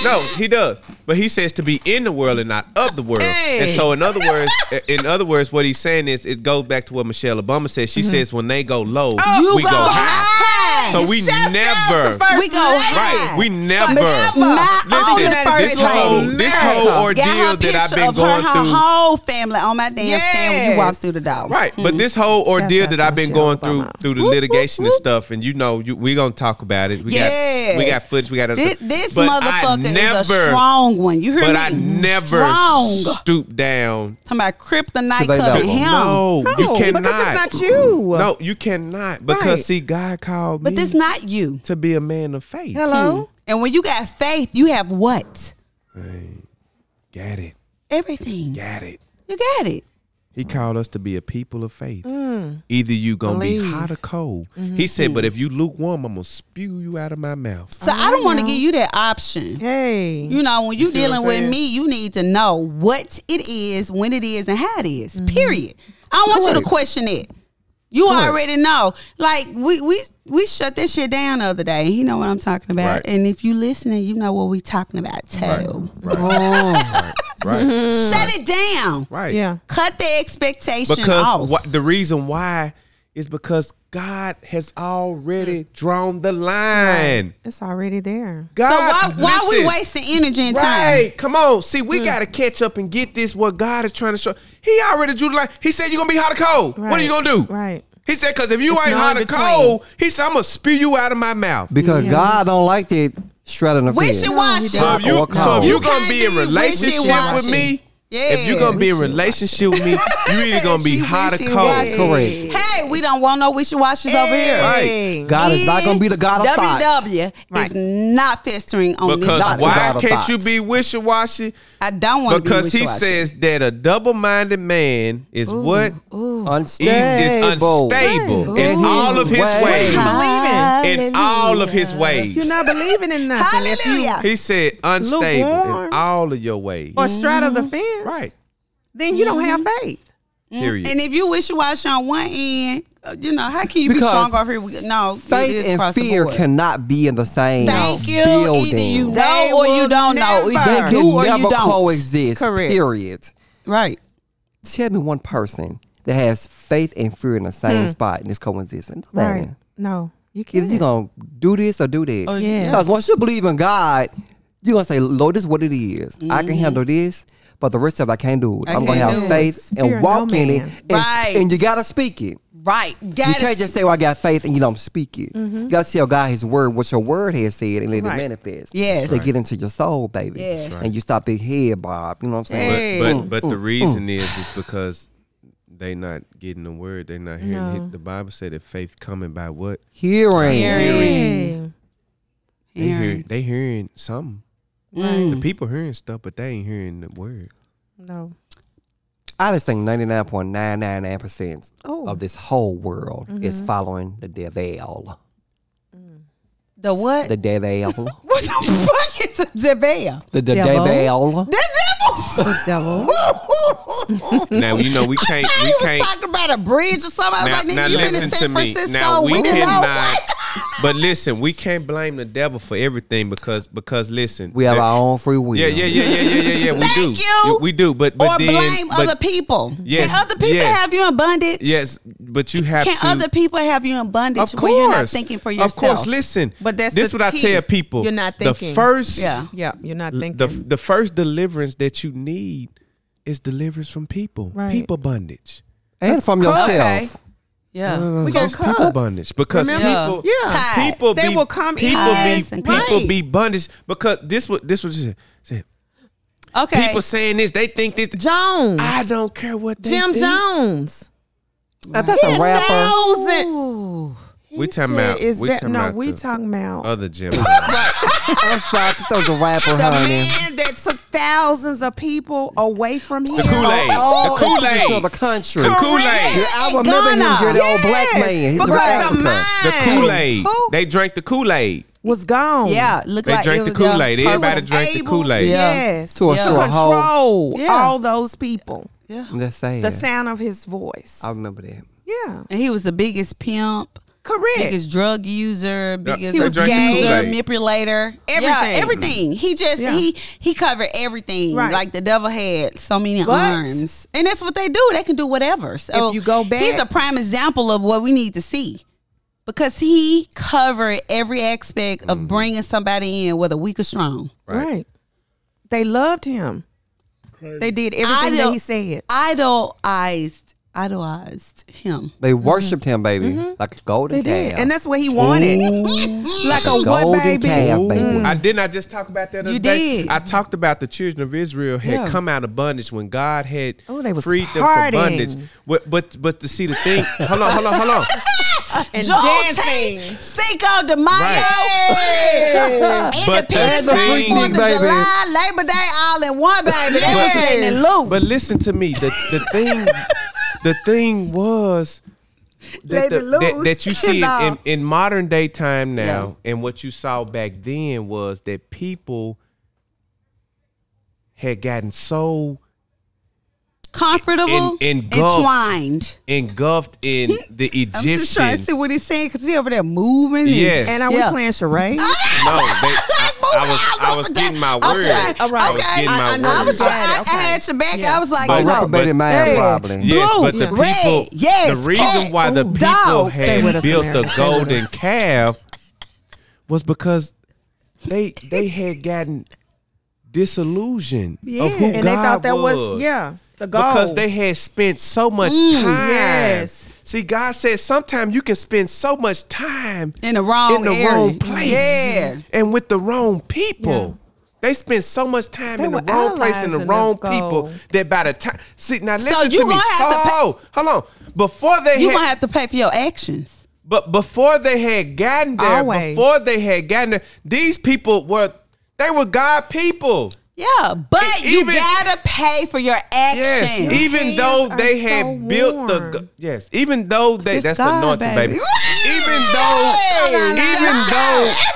no, he does, but he says to be in the world and not of the world. And
Hey.
so, in other words, in other words, what he's saying is it goes back to what Michelle Obama says. She says when they go low,
Oh, You
we go,
go
high.
high.
So we never.
we go high.
Right, we never.
Not on
Listen,
the
United
first
this whole
lady.
this whole ordeal
Got her
that I've
picture
been
of
going
her,
through.
Her whole family on my damn stand when you walk
Yes.
through the door.
Right, but this whole
Shouts
ordeal
out
that
to
I've been
Michelle
going through
Obama.
through the
Whoop, whoop,
litigation and
whoop.
stuff, and you know, you, we gonna talk about it. We
Yeah.
got we got footage. We got
This, this motherfucker is a strong one. You hear
but
me?
I never
strong.
stoop down.
Talking about kryptonite
To they
cousin
know.
him.
No, you
No,
cannot.
Because it's not you.
No, you cannot. Because
Right.
see, God called
But
me
this not you.
to be a man of faith.
Hello?
And when you got faith, you have what?
Got it.
Everything.
Got it.
You got it.
He called us to be a people of faith.
Mm.
Either you gonna be
Believe.
hot or cold.
Mm-hmm.
He said, but if you lukewarm, I'm gonna spew you out of my mouth.
So I don't want to give you that option.
Hey.
You know, when you
see what
dealing
I'm
with
saying?
me, you need to know what it is, when it is, and how it is, Period. I don't want you to
Correct.
question it. You
Correct.
already know. Like we we we shut this shit down the other day. You know what I'm talking about.
Right.
And if you listening, you know what we talking about too.
Right.
Shut it down.
Right.
Yeah.
Cut the expectation
Because
off.
what the reason why is because God has already drawn the line.
It's already
Mm.
there.
so
God,
why why we
listen.
wasting energy and time? Mm.
Right, come on. See, we gotta catch up and get this. What God is trying to show. He already drew the line. He said you're gonna be hot or cold. What
Right.
are you gonna do?
Right.
He said because if you
It's
ain't
no
hot or
in-between.
cold, he said I'm gonna spew you out of my mouth.
Because God don't like that shredding of
Wishy
fed.
washy.
So if you,
Or
so if
cold.
you
You
gonna
can't
be in
be
relationship with
wishy-washy.
me,
Yeah,
if you're gonna be in relationship with me, you either gonna be
She
hot or cold.
wishy-washy.
Correct.
Hey, we don't want no wishy washies over here.
Hey.
God is not gonna be the God of thoughts.
WW
Right.
is not festering on this.
Because
not
topic.
the God
why
of
can't you
thoughts.
be wishy washy?
I don't want to
Because
be
he
wishy-washy.
says that a double minded man is what he is
Unstable.
unstable
Right.
in
In
all
his
of his
ways.
ways.
Believe it.
In all of his
You're
ways.
not believing in nothing. If you-
Hallelujah.
He said unstable in
Lukewarm.
all of your ways.
or straddle the fence.
Mm-hmm. Right.
Then you don't have faith.
Period.
and if you wishy washy on one end, uh, you know how can you
Because
be strong over here? We- No, it
Faith
is
and
across the
fear
board.
cannot be in the same
Thank you. E
building.
Either you
They
know or
will
you don't know.
never.
Either
They
you
can
do or
never
you don't.
coexist.
Correct.
Period.
Right.
Tell me one person that has faith and fear in the
Hmm.
same spot and is coexisting. Nobody.
Right. No. You
Either
can't.
you're gonna do this or do
Oh,
that.
yes.
Because once you believe in God, you're gonna say, Lord, this is what it is. I can handle this, but the rest of it I can't do it.
Mm-hmm. I
I'm gonna
can't
have
do
it.
faith
Fear
and walk
no
in it.
man.
And,
Right.
and you gotta speak it.
Right.
You
Got
can't just say, Well, I got faith and you don't speak it.
Mm-hmm.
You gotta tell God his word, what your word has said, and let
Right.
it manifest.
Yes.
To get into your soul, baby.
Yes.
And you stop being head, Bob. You know what I'm saying?
Hey.
But but, but the reason is is because they not getting the word. They not hearing.
No.
it. The Bible said that faith coming by what
Hearing.
Hey.
they hear. They hearing something. The people hearing stuff, but they ain't hearing the word.
No.
I just think 99.999%
Oh. Mm-hmm.
of this whole world is following the devil.
Mm.
the what?
The devil.
what the fuck is a devil?
the, the
Devil.
devil.
The devil.
The devil.
Now you know we can't.
I thought he
We
was
can't.
talking about a bridge or something. I was
Now,
like,
now
nigga, you been
listen
in
to
San
me.
Francisco.
Now we
we didn't know
cannot.
what.
But listen, we can't blame the devil for everything because because listen,
We have
there-
our own free will.
Yeah, yeah, yeah, yeah, yeah, yeah, yeah. We
Thank
do.
you.
Yeah, We do. But but
or
then,
blame
but-
other people.
Yes,
Can other people
yes.
have you in bondage?
Yes, but you have
Can
to.
other people have you in bondage
Of course.
when you're not thinking for yourself?
Of course, listen.
But that's
this
the
what
key.
I tell people.
You're not
The
thinking.
first,
Yeah.
Yeah. You're not thinking.
the the first deliverance that you need is deliverance from people,
Right.
people bondage.
And from yourself.
Okay.
Yeah.
We got
Those people
cuffed.
bondage because
Remember?
people,
Yeah.
Tied.
people
They
be,
will come
people
in.
be,
Right.
people be bondage because this what this was. Said,
Okay.
People saying this, they think this.
Jones.
I don't care what they
Jim
think.
Jones.
Now, that's a rapper.
Knows it.
We talking
said,
about.
Is
we
that
talking
no?
about
we
the
talking about
other Jim. Jones.
I'm sorry. That was a rapper,
the
honey.
man that took thousands of people away from here.
Kool-Aid.
all
The Kool-Aid.
ages of the country.
The Kool-Aid.
Correct.
I remember him,
Ghana.
you're the old black man. He's from
because the
Africa.
The
mine
Kool Aid.
Who?
They drank the Kool Aid.
was gone.
Yeah, look
They
like
drank
it
the
was, uh,
Kool Aid.
purple.
Everybody drank the
able
Kool
to-
Aid.
Yeah.
Yes.
To a-
to
to a whole-
control
Yeah.
all those people.
Yeah.
That's sad.
The sound of his voice.
I remember that.
yeah.
And he was the biggest pimp,
Correct.
biggest drug user, biggest
they
user,
was drank the
Kool-Aid.
manipulator, Yeah,
Everything.
everything. He just
Yeah.
he he covered everything.
Right.
Like the devil had so many
But-
arms, and that's what they do. They can do whatever. So
If you go back-
he's a prime example of what we need to see. Because he covered every aspect of bringing somebody in, whether weak or strong.
Right. They loved him. They did everything that
don't-
he said.
Idolized, idolized him.
They worshipped him, baby, like a golden
Mm-hmm. They did.
calf.
And that's what he wanted. like a
golden
what baby?
calf,
Mm.
baby.
I didn't. I just talk about that. the
You
other day?
did.
I talked about the children of Israel had
Yeah.
come out of bondage when God had
Oh, they was
freed
partying.
them from bondage. But but but to see the thing. hold on, hold on, hold on.
And
Joel
dancing.
Tate, Oh, Cinco de Mayo,
But the
Independence Day,
thing-
Fourth of
baby.
July, Labor Day, all in one, baby. They was
But-
letting it loose.
But listen to me. The the thing the thing was
Let
that,
it
the- that,
loose.
that you see
Nah.
in, in modern day time now, and what you saw back then was that people had gotten so
Comfortable,
In- engulfed.
entwined.
engulfed in the
I'm just trying to see
Egyptian.
what he's saying because he over there moving. and-
Yes.
And are we
Yeah.
playing charades?
No, they, I, I was I was getting my
I'm
word.
trying-
I
okay,
was getting my
I- I know.
I
word.
was
Okay,
trying. I, I
okay.
had your back. I was like,
But-
a
no.
reprobated man,
Hey.
probably.
Yes,
Blue,
but the
red,
people.
yes,
the reason
cat,
why the
ooh,
people
dog. Stay
with
had
us,
built
America.
the
Stay with
golden calf was because they they had gotten disillusioned of who
And
God
they thought that was,
was.
yeah, the goal.
Because they had spent so much time.
yes.
See, God said sometimes you can spend so much time
in the wrong,
in the
area.
wrong place
Yeah,
and with the wrong people. They spend so much time
They
in the
were
wrong place and the
idolizing
wrong
them,
people
gold.
that by the time see now listen
you
to me.
gonna have to
Hold-
pay-
hold, hold on. Before they
you
had,
gonna have to pay for your actions.
but before they had gotten there,
Always.
before they had gotten there, these people were they were God people.
Yeah, but
And
you
E- even-
gotta pay for your actions.
Yes, even
hands
though
are
they
so
had built the
warm.
go- yes, even though they
It's
that's
God,
anointing,
baby.
baby. even though even though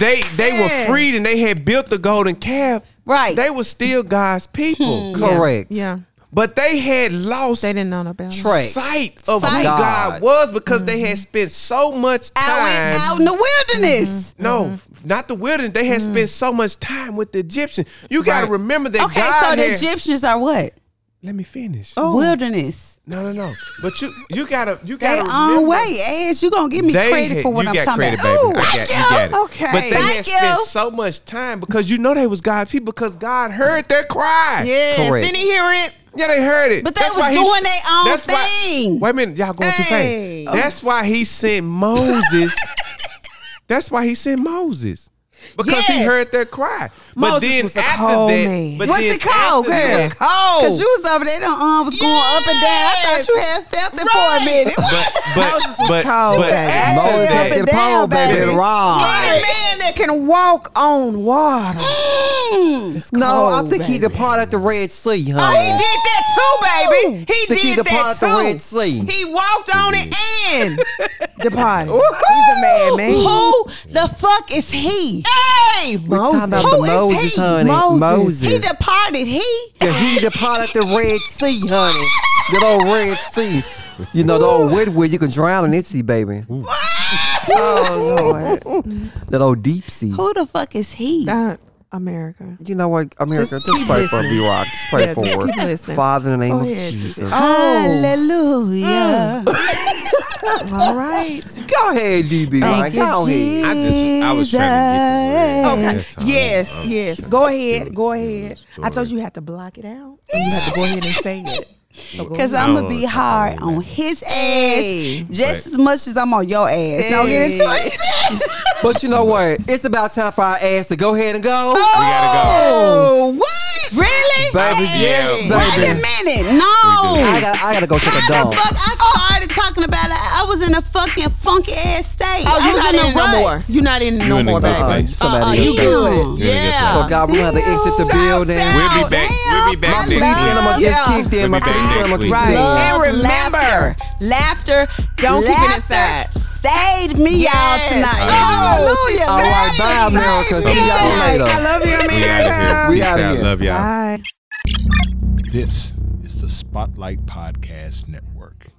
they they
Yes.
were freed and they had built the golden calf,
Right. Hmm.
They were still God's people,
Correct.
Yeah.
but they had lost
They didn't know no better.
Track.
sight of
Sight. Hmm.
who
God.
God was because they had spent so much
out, in,
time Mm-hmm.
out Hmm. in the wilderness.
No, not the wilderness. They had spent so much time with the Egyptians. You got to
Right.
remember that
Okay,
God
so the Oh.
had-
Egyptians are what?
Let me finish.
Wilderness.
No, no, no. But you, you gotta, you
They
gotta
on
remember-
way. Ass, you gonna give me
They
credit
had-
for what
you
I'm
got
talking
credit,
about.
Baby.
Ooh,
I
thank
got, you got it.
Okay.
But they had
Thank
spent
you.
so much time because you know they was God people because God heard their cry.
Yes.
Correct.
Didn't he hear it?
Yeah, they heard it.
But they
That's
was
why he-
doing their own
that's why-
thing.
wait a minute, y'all going
Hey.
too fast. That's why he sent Moses. that's why he sent Moses. Because he
Yes.
heard their cry. But
Moses
then
was a
after
cold
that,
man.
but
What's
then
it called, girl?
after that-
It's cold.
Cause you was over there, the arm was going up and down. I thought you had felt it for a minute.
But but
Moses was
but,
cold,
but
baby.
after
Moses up
that,
in the
down,
pole, baby.
baby.
and rock.
Any man that can walk on water.
Mm. Oh,
It's
No, I
cold,
think he
baby.
departed the Red Sea, huh?
He did that too, baby. He
Think
did
he
that
departed
too.
the Red Sea.
He walked on it and departed. He's a madman.
Who the fuck is he?
Hey,
Talking about
Moses.
Who is
the Moses,
he?
honey.
Moses.
Moses.
He departed. He
Yeah, he departed the Red Sea, honey. That old Red Sea. You know, the old Whitwood, you can drown in it, sea, baby.
Oh, Lord.
That old deep sea.
who the fuck is he?
Oh.
That- America.
You know what, America?
Just
Just,
keep
pray for
listening.
B Rock. Just pray
Yeah,
for
just keep
her.
listening.
Father, in the name
Go
of
ahead.
Jesus.
Oh,
Mm.
Hallelujah.
all right.
Go ahead, DB Rock.
Thank you,
Go ahead.
I just I was trying to get the word.
Okay.
That's all.
Yes, yes. Go ahead. Go ahead. I
story.
told you you had to block it out. and You had to go ahead and say it. So go
Cause
ahead.
I'm gonna be hard on his ass just as much as I'm on your ass. Don't get into it.
But you know what? It's about time for our ass to go ahead and go.
We gotta go.
Oh, what? Really?
Baby,
Hey.
yes,
Wait
baby.
a minute. No.
We do.
I got. I gotta go take a
How the
dump.
fuck I saw started talking about it, I was in a fucking funky ass state.
Oh,
I
you're
was
not in,
a
it no
rut.
more. You're not in it no
in a
more,
good
baby.
place.
Uh, Somebody
Uh-uh,
in a
you good.
good
You're in a good
Yeah.
So God, we're gonna have to exit the
Shouts
building.
out,
We'll be back- we'll be back
damn, I
next week.
Please, man, I'm
love
gonna just
y'all.
kick them. My
We'll be back
feet, I'm
next
gonna
week.
kick them.
Love,
And remember,
laughter, laughter.
don't keep it
laughter
inside.
Saved me,
Yes.
y'all tonight.
Hallelujah.
Hallelujah.
All right,
Saved me,
bye, America.
saved me.
See y'all later.
I love you,
We out of
America.
here.
We
Peace
outta here.
Love y'all.
Bye.
This is the Spotlight Podcast Network.